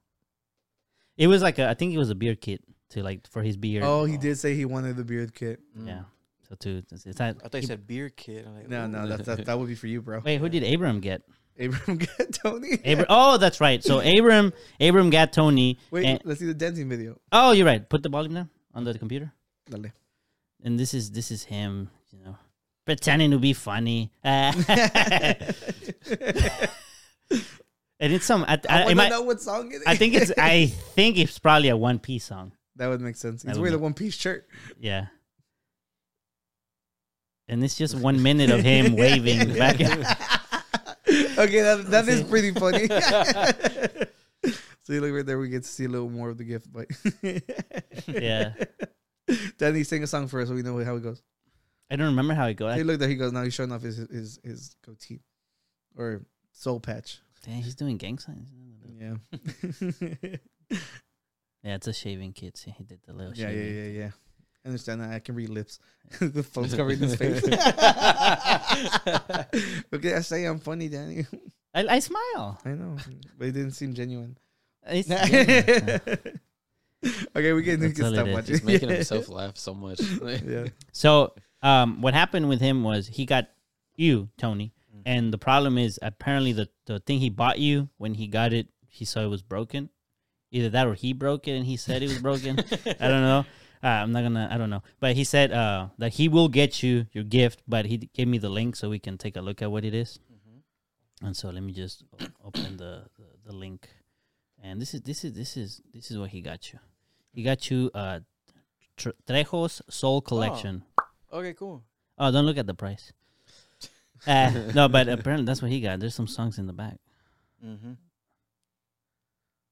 It was like a, I think it was a beer kit to like for his beer.
Oh, mm. he did say he wanted the beard kit.
yeah. So to it's, it's not,
I thought you said beer kid. I'm like,
No,
ooh.
no, that's that, that would be for you, bro.
wait, who did Abram get?
Abram got Tony.
Abram. Oh, that's right. So Abram, Abram got Tony.
Wait,
and-
let's see the dancing video.
oh, you're right. Put the volume down on the computer.
Dale.
Uh, and this is this is him, you know, pretending to be funny. Uh, and it's some. I, I,
I
it
want to
might-
know what song it is.
I think it's. I think it's probably a One Piece song.
that would make sense. He's
would
wearing a
make-
one piece shirt.
Yeah. And it's just one minute of him waving back.
okay, that, that is pretty funny. so you look right there, we get to see a little more of the gift. But
yeah,
Danny, sing a song for us so we know how it goes.
I don't remember how it goes.
Hey, look there, he goes. Now he's showing off his his his goatee or soul patch.
Dang, he's doing gang signs.
Yeah,
Yeah, it's a shaving kit. See, he did the little
yeah, yeah,
shaving.
yeah, yeah. I understand that. I can read lips. the phone's covering his face. okay, I say I'm funny, Danny.
I, I smile.
I know, but it didn't seem genuine.
It's,
okay, we can, we
That's all
can
it
stop
is.
watching.
He's
He's making
Yeah.
himself laugh so much.
Yeah.
So, um, what happened with him was he got you, Tony, and the problem is apparently the the thing he bought you when he got it, he saw it was broken. Either that or he broke it and he said it was broken. I don't know. Uh, I'm not gonna. I don't know. But he said uh, that he will get you your gift, but he gave me the link so we can take a look at what it is. And so let me just o- open the, the the link. And this is this is this is this is what he got you. He got you uh, Tr- Trejo's Soul Collection.
Okay, cool.
Oh, don't look at the price. Uh, no, but apparently that's what he got. There's some songs in the back.
Mm-hmm.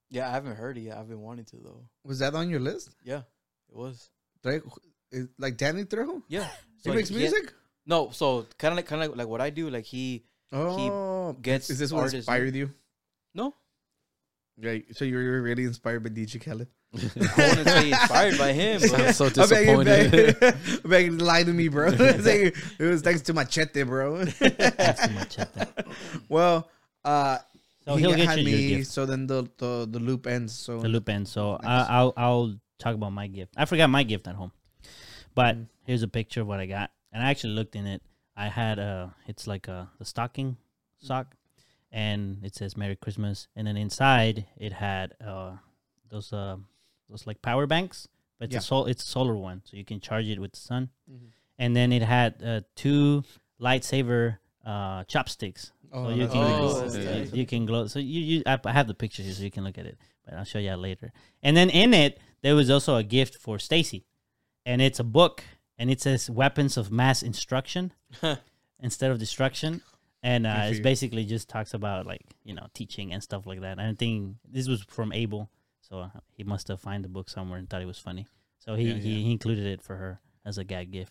Yeah, I haven't heard it yet. I've been wanting to though.
Was that on your list?
Yeah, it was.
Trejo, is- like Danny Trejo.
Yeah.
He
So, like,
makes
yeah.
music.
No, so kind of like kind of like, like what I do. Like he
Oh,
gets
is this what
artists-
inspired you?
no,
Yeah, so you were really inspired by DJ Khaled.
I wouldn't say inspired by him.
I'm
But
so
I beg you, beg-
disappointed.
beg you to lie to me, bro. It's like, it was thanks to Machete, bro.
Thanks so much. Chetan.
well, uh,
So
he
he'll get
had
you your
me.
gift.
So then the, the the loop ends. So
The loop ends. So I, I'll I'll talk about my gift. I forgot my gift at home, but
Mm.
here's a picture of what I got. And I actually looked in it. I had a it's like a the stocking
Mm.
sock, and it says Merry Christmas. And then inside it had uh those uh those like power banks, but it's
Yeah. Mm-hmm.
a sol- it's a solar one, so you can charge it with the sun. And then it had uh, two lightsaber uh chopsticks.
Oh,
so you
that's
can,
really
glow-
cool.
you-
Yeah.
you, can glow. So you, you I, I have the picture here, so you can look at it. But I'll show you that later. And then in it, there was also a gift for Stacy, and it's a book, and it says "Weapons of Mass Instruction" instead of destruction. And uh, it's
you.
basically just talks about like you know teaching and stuff like that. I think this was from Abel, so uh, he must have found the book somewhere and thought it was funny. So he, he, he included it for her as a gag gift.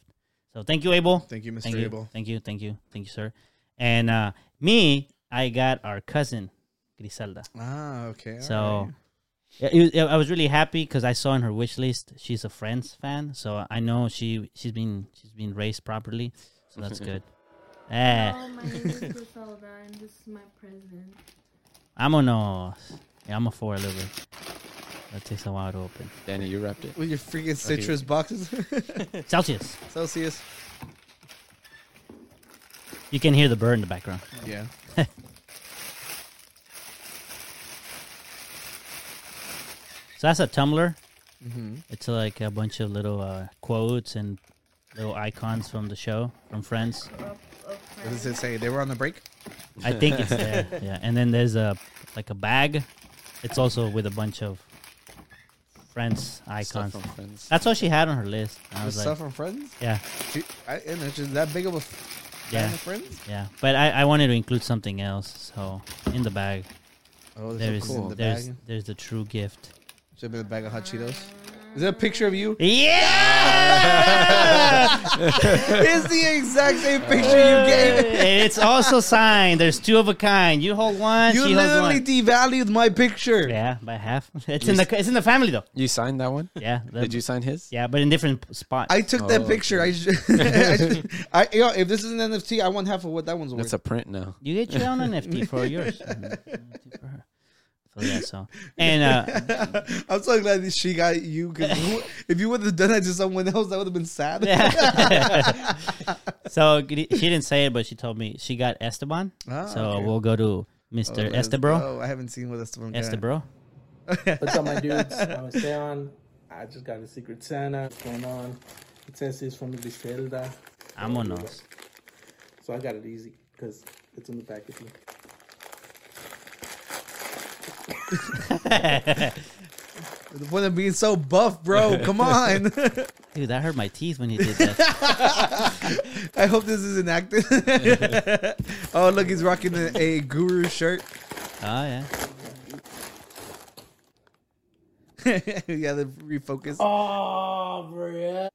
So thank you, Abel.
thank you, Mr.
Thank
Abel.
you, thank you, thank you, thank you, sir. And uh, me, I got our cousin Griselda.
Ah, okay. all
So
right.
yeah, it was, I was really happy because I saw in her wish list she's a Friends fan, so I know she she's been she's been raised properly, so that's good. Eh,
Hello, my name is Griselda, and this is my present.
I'm on a yeah, I'm a four liver. That takes a while to open.
Danny, you wrapped it.
with your freaking citrus boxes,
Celsius,
Celsius.
you can hear the bird in the background.
Yeah.
So that's a Tumblr.
Mm-hmm.
It's like a bunch of little uh, quotes and little icons from the show from Friends.
What does it say? They were on the break.
I think it's there. Yeah, and then there's a like a bag. It's also with a bunch of Friends
Stuff
icons.
from friends.
That's all she had on her list. I
With
was
stuff
like,
from Friends.
yeah,
She- I, and it's just that big of a f- fan
Yeah.
of Friends.
yeah. But I, I wanted to include something else. So in the bag,
Oh,
there
there's
is
so cool. in the
there's
bag.
there's the true gift.
Should have been a bag of hot Cheetos. Is that a picture of you?
Yeah.
it's the exact same picture you gave.
And it's also signed. There's two of a kind. You hold one.
You
she holds
literally
one.
devalued my picture.
yeah, by half. It's in the it's in the family though.
You signed that one?
Yeah. the-
Did you sign his?
Yeah, but in different p- spots.
I took that
Oh,
picture. I, ju- I, ju- I you know, if this is an NFT, I want half of what that one's worth.
That's a print now.
You get your own NFT for yours. NFT for her. So yeah, so and uh,
I'm so glad that she got you. Cause who- if you would have done that to someone else, that would have been sad.
so gri- she didn't say it, but she told me she got Esteban.
Ah,
so
okay.
we'll go to Mister
Oh,
Estebro.
Oh, I haven't seen what Esteban. got.
Estebro.
What's up, my dudes? I'm Esteban. I just got a Secret Santa. What's going on? It says it's from Griselda.
Amonos.
So I got it easy because it's in the packaging.
The point of being so buff, bro. Come on.
Dude, that hurt my teeth when he did that.
I hope this isn't acted. oh, look, he's rocking a, a guru shirt.
oh yeah.
yeah, the refocus.
Oh, bruh.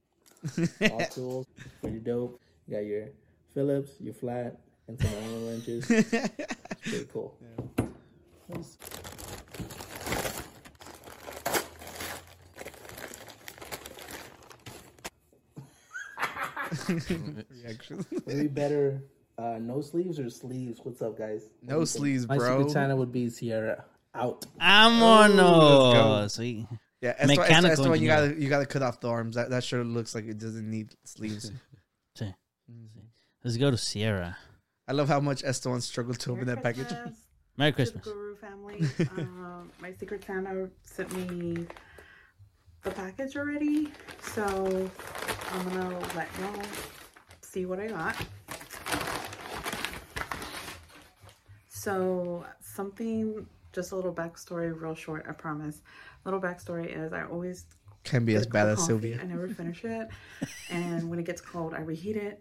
All tools, pretty dope. You got your Phillips, your flat, and some Allen wrenches. It's pretty cool. Nice. Would it be better uh, no sleeves or sleeves? What's up, guys?
No sleeves,
My
bro.
secret Santa would be Sierra out.
Amonos. We-
Yeah, that's why, that's, that's
Mechanical
why you
engineer.
gotta you gotta cut off the arms. That that shirt looks like it doesn't need sleeves.
Let's go to Sierra.
I love how much Esteban struggled to open that package.
Merry Christmas.
Guru family. um, my secret Santa sent me the package already, so I'm gonna let y'all see what I got. So something, just a little backstory, real short, I promise. Little backstory is I always
Can be as
get
bad
cold
as
coffee. I
Sylvia.
never finish it. and when it gets cold, I reheat it.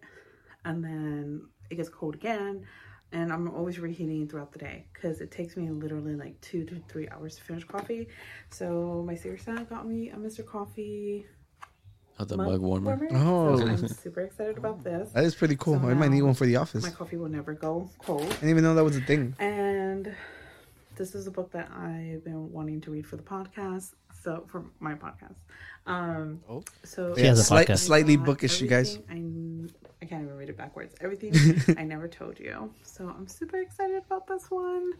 And then it gets cold again. And I'm always reheating throughout the day because it takes me literally like two to three hours to finish coffee. So my sister got me a Mr. Coffee
Oh, the mug warmer.
Oh.
So I'm super excited about this.
That is pretty cool. I might need one for the office.
My coffee will never go cold.
I didn't even know that was a thing.
And this is a book that I've been wanting to read for the podcast. So for my podcast. Um, so
Yeah, slight-
I
slightly
got
bookish, you guys.
everything I, I can't even read it backwards. Everything I never told you. So I'm super excited about this one.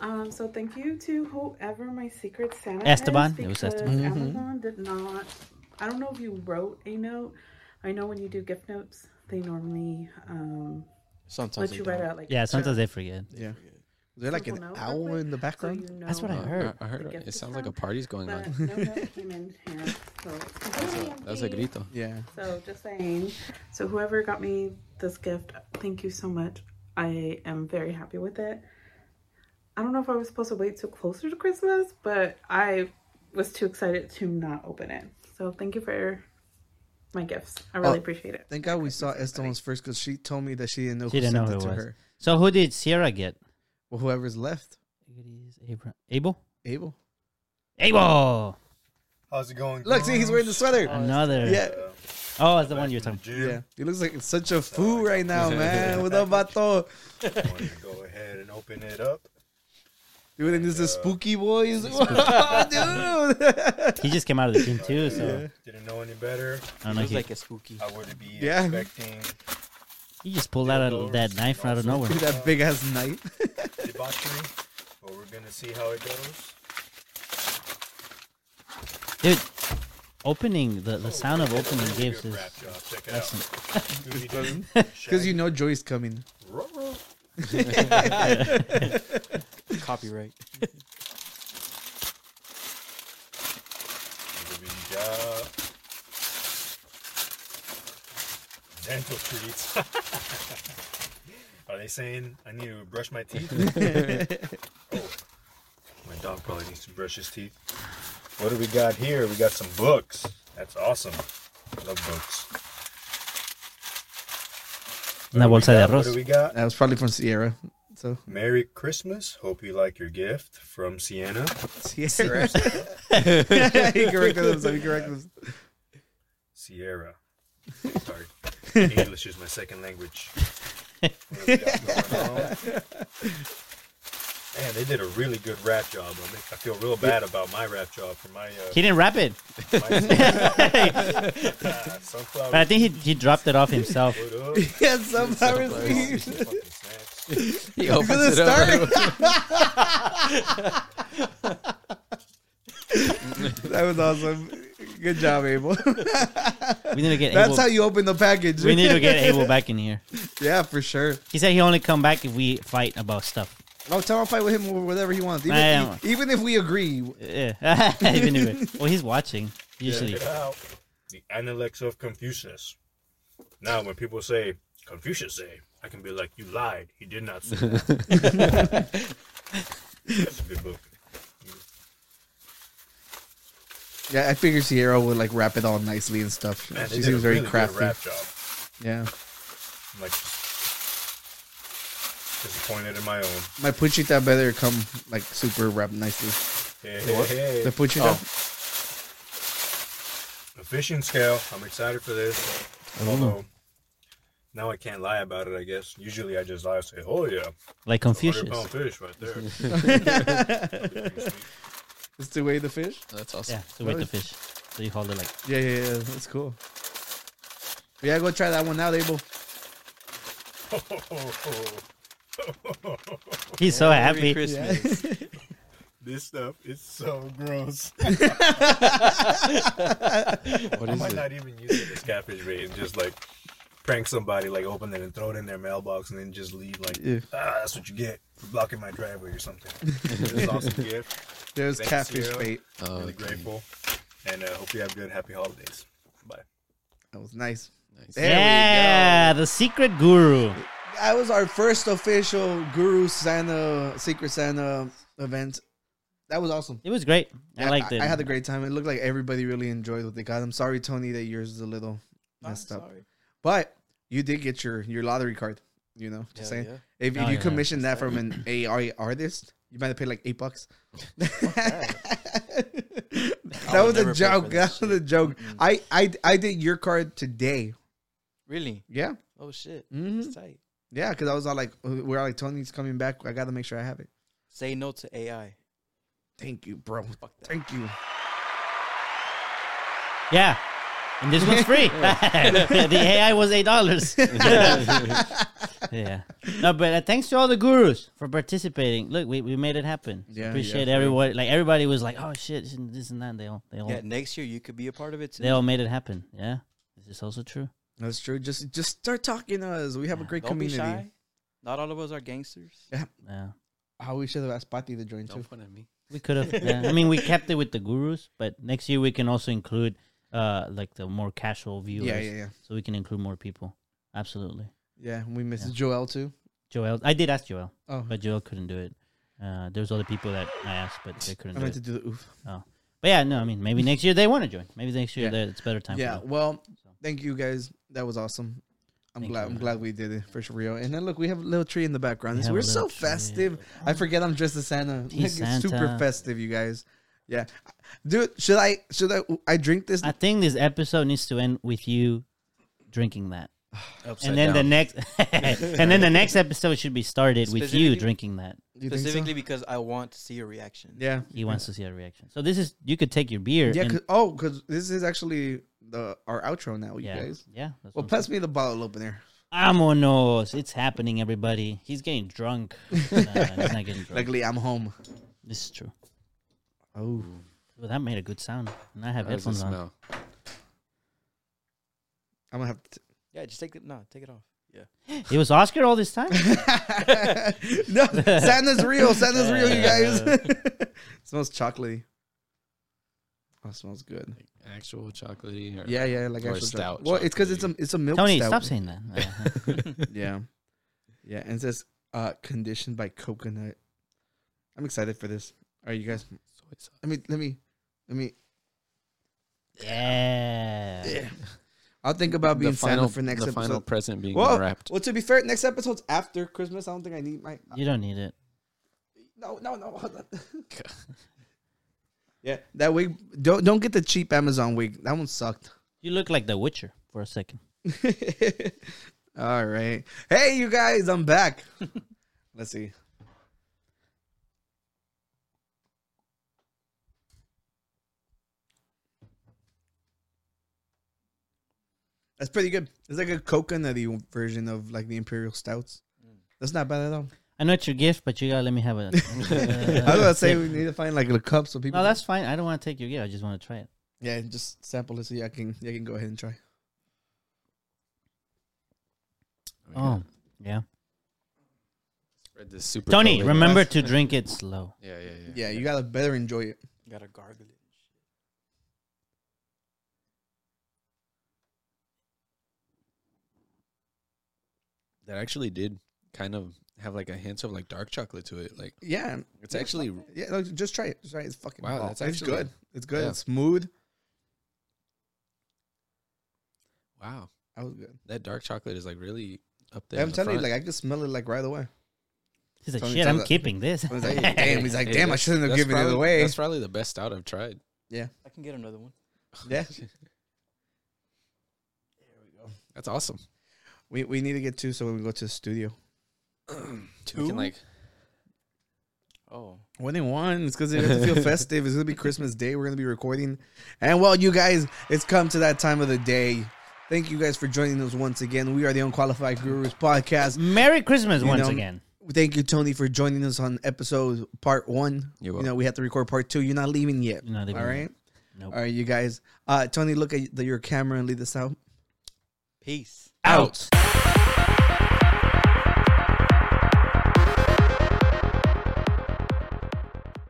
Um, so thank you to whoever my secret Santa
Esteban.
Is
It was
because
Mm-hmm.
Esteban. Mhm.
Amazon did not. I don't know if you wrote a note. I know when you do gift notes, they normally um,
Sometimes
let
they
you write
don't.
out like
Yeah, sometimes they forget.
Yeah. They're like an
Simple note,
owl
but-
in the background.
so you
That's what I
know
heard.
I heard it. It sounds like a party's going
but
on.
no note came in here, so it's completely
That's a
empty.
grito.
Yeah.
So just saying. So whoever got me this gift, thank you so much. I am very happy with it. I don't know if I was supposed to wait till closer to Christmas, but I was too excited to not open it. So thank you for my gifts. I really
Oh,
apprez- it.
Thank God we saw Esteban's first because she told me that she didn't know
She
who
didn't know
sent
who
it
it
to
was.
her.
So who did Sierra get?
Well, whoever's left.
Abra- Abel.
Abel.
Abel.
How's it going?
Look, see, he's wearing the sweater.
Oh, Another.
Yeah.
Oh, it's the one you're talking.
Yeah. He looks like such a fool right now, man. What up, Bato?
Go ahead and open it up.
Dude, and this is the spooky boys. dude.
He just came out of the gym too, so
Didn't know any better.
I don't know, Feels he- like
a spooky.
I would be
Yeah.
expecting
he just pulled out of that knife out of nowhere.
that big ass knife.
debauchery, but we're gonna see how it goes.
Dude, opening the, the sound of opening gifts is excellent.
Because you know Joy's coming.
Copyright.
Job. Dental treats. Are they saying I need to brush my teeth? oh, my dog probably needs to brush his teeth. What do we got here? We got some books. That's awesome. I love books.
Una bolsa de arroz.
What do we got?
That was probably from Sierra. So
Merry Christmas. Hope you like your gift from Sienna.
Sierra. he corrected himself. He corrected himself.
Sierra. Sorry. English is my second language. What have we got going on? Man, they did a really good rap job. I, make, I feel real bad about my rap job for my. Uh,
He didn't wrap it.
my- sunflower
but I think he, he dropped it off himself.
What up?
He had sunflower seeds.
He
Look at
opens
the
it up.
start. that was awesome. Good job, Abel.
We need to get
That's
Abel-
how you open the package.
We need to get Abel back in here.
Yeah, for sure.
He said he only come back if we fight about stuff.
I'll tell him I'll fight with him over whatever he wants. Even,
I am.
even if we agree.
Yeah. Even if it- well, he's watching usually.
Check it out. The Analects of Confucius. Now, when people say, Confucius say, I can be like, you lied. He did not say that. That's a good book.
Yeah, I figured Sierra would like wrap it all nicely and stuff.
Man, they
she
did a
seems very
really good
crafty.
wrap job.
Yeah.
I'm like disappointed in my own.
My puchita better come like super wrapped nicely.
Hey, hey, hey. Oh.
The puchita.
A fishing scale. I'm excited for this.
Ooh.
Although now I can't lie about it. I guess usually I just lie and say, "Oh yeah."
Like
It's a
Confucius.
hundred pound fish right there.
it's the way the fish.
That's
Yeah, to wait the fish. So you hold it like
Yeah, yeah, yeah. That's cool. We gotta go try that one out, Abel.
He's so happy.
this stuff is so gross.
What
I
is
might
it?
not even use it as catfish bait and just like prank somebody, like open it and throw it in their mailbox and then just leave. Like,
Yeah.
ah, that's what you get for blocking my driveway or something. this is awesome gift.
There's
Thanks,
catfish
Sierra.
bait.
Oh,
really
okay.
grateful, and uh, hope you have good, happy holidays. Bye.
That was nice. There we
Yeah, the secret guru.
go. That was our first official Guru Santa Secret Santa event. That was awesome.
It was great. I
Yeah,
liked it.
I had a great time. It looked like everybody really enjoyed what they got. I'm sorry, Tony, that yours is a little messed up. But you did get your your lottery card. You know, just
Hell
saying.
yeah.
If, if
Oh,
you
yeah,
commissioned that from an AI artist, you might have paid like eight bucks. that
would
was a
never pay for
joke. That was a joke. I, I I did your card today.
Really?
Yeah.
Oh shit.
Mhm.
It's tight.
Yeah, because I was all like, we're all like, Tony's coming back. I got to make sure I have it.
Say no to AI.
Thank you, bro. Thank you.
Yeah. And this one's free. the AI was eight dollars. yeah. No, but uh, thanks to all the gurus for participating. Look, we, we made it happen.
Yeah,
Appreciate
yeah,
everybody. Like everybody was like, "Oh shit, this and this and that." And they all they
Oh.
all
Yeah, next year you could be a part of it. Too.
they all made it happen. Yeah. This is also true.
That's true. Just just start talking to us. We have a great
Don't
community.
be shy. Not all of us are gangsters.
Yeah.
Yeah.
How we should have asked Patty to join too.
We could have. yeah. I mean, we kept it with the gurus, but next year we can also include uh like the more casual viewers.
yeah, yeah.
So we can include more people. Absolutely.
Yeah, we missed Joel too.
Joel, I did ask Joel,
Oh.
but Joel couldn't do it. Uh, there's other people that I asked, but they couldn't.
I
do
meant
it.
to do the oof.
Oh, but yeah, no, I mean, maybe next year they want to join. Maybe next year
Yeah.
that it's better time.
yeah.
For them.
Well, thank you guys. That was awesome. I'm
Thank
glad.
you.
I'm glad we did it for real. And then look, we have a little tree in the background.
We have a
We're so
little tree.
festive. I forget I'm dressed as Santa. Like, it's Super
Santa.
festive, you guys. Yeah, dude. Should I? Should I? I drink this.
I think this episode needs to end with you drinking that.
Upside
And then the
down.
next, and then the next episode should be started with you
Specifically-
drinking that.
You think so?
Specifically because I want to see a reaction.
Yeah.
He wants to see a reaction. So this is you could take your beer.
Yeah.
and-
'cause- oh, because this is actually the our outro now, you
Yeah.
guys.
Yeah, that's
Well, pass me the bottle opener.
Amonos. It's happening, everybody. He's getting drunk. Nah, he's not getting drunk.
Luckily, I'm home.
This is true.
Oh.
Well, that made a good sound. And I have
How does it
headphones on.
smell?
I'm gonna have to.
Yeah, just take it. No, take it off. Yeah.
It was Oscar all this time?
no, Santa's real. Santa's real, you guys. smells chocolatey. Oh, it smells good.
Actual chocolatey. Or,
Yeah, yeah, like
or
actual
stout.
stout. Well, it's because it's a it's a milk.
Tony,
stout.
stop saying that.
yeah, yeah, and it says uh, conditioned by coconut. I'm excited for this. Are you guys? Let me let me let me.
yeah.
Yeah. I'll think about
The
being
final-
Santa for next
the
episode.
final present being
well,
wrapped.
Well, to be fair, next episode's after Christmas. I don't think I need my.
You don't need it.
No, no, no. Hold on. yeah, that wig. Don't don't get the cheap Amazon wig. That one sucked.
You look like The Witcher for a second.
All right. Hey, you guys, I'm back. Let's see. That's pretty good. It's like a coconutty version of like the imperial stouts. That's not bad at all.
I know it's your gift, but you gotta let me have it.
I was gonna say we need to find like a cup so people.
No, that's fine. I don't want to take your gift. I just want to try it.
yeah, just sample it so I can you can go ahead and try.
Oh, yeah.
Spread this super
Tony,
coating.
remember to drink it slow.
Yeah, yeah, yeah.
Yeah, you gotta better enjoy it.
You gotta gargle it.
That actually did kind of have like a hint of like dark chocolate to it. Like
Yeah,
it's actually
Yeah, no, just try it. Just try it. It's fucking
Wow,
wow.
that's
it's
actually-
good. It's good.
yeah.
It's smooth.
wow.
That was good.
That dark chocolate is like really up there.
Yeah,
in
I'm
the
telling you,
front.
like I could smell it like right away.
He's like,
Tony
shit,
tells
I'm
that-
keeping this.
I was like, damn. He's like,
Hey,
damn. I
that's-
shouldn't have
that's
given
probably,
it away.
That's probably the best out I've tried.
yeah,
I can get another one.
yeah.
That's awesome.
We we need to get two so we can go to the studio.
We
Two?
can like
Oh.
One in one. It's because it has to feel festive. It's gonna be Christmas Day. We're gonna be recording, and well, you guys, it's come to that time of the day. Thank you guys for joining us once again. We are the Unqualified Gurus podcast.
Merry Christmas
You
once
know,
again.
Thank you, Tony, for joining us on episode part one.
You're
You know, we have to record part two. You're not leaving yet.
You're not leaving
All
yet.
right.
Nope.
All right, you guys. Uh, Tony, look at the, your camera and lead us out.
Peace.
Out.
Out.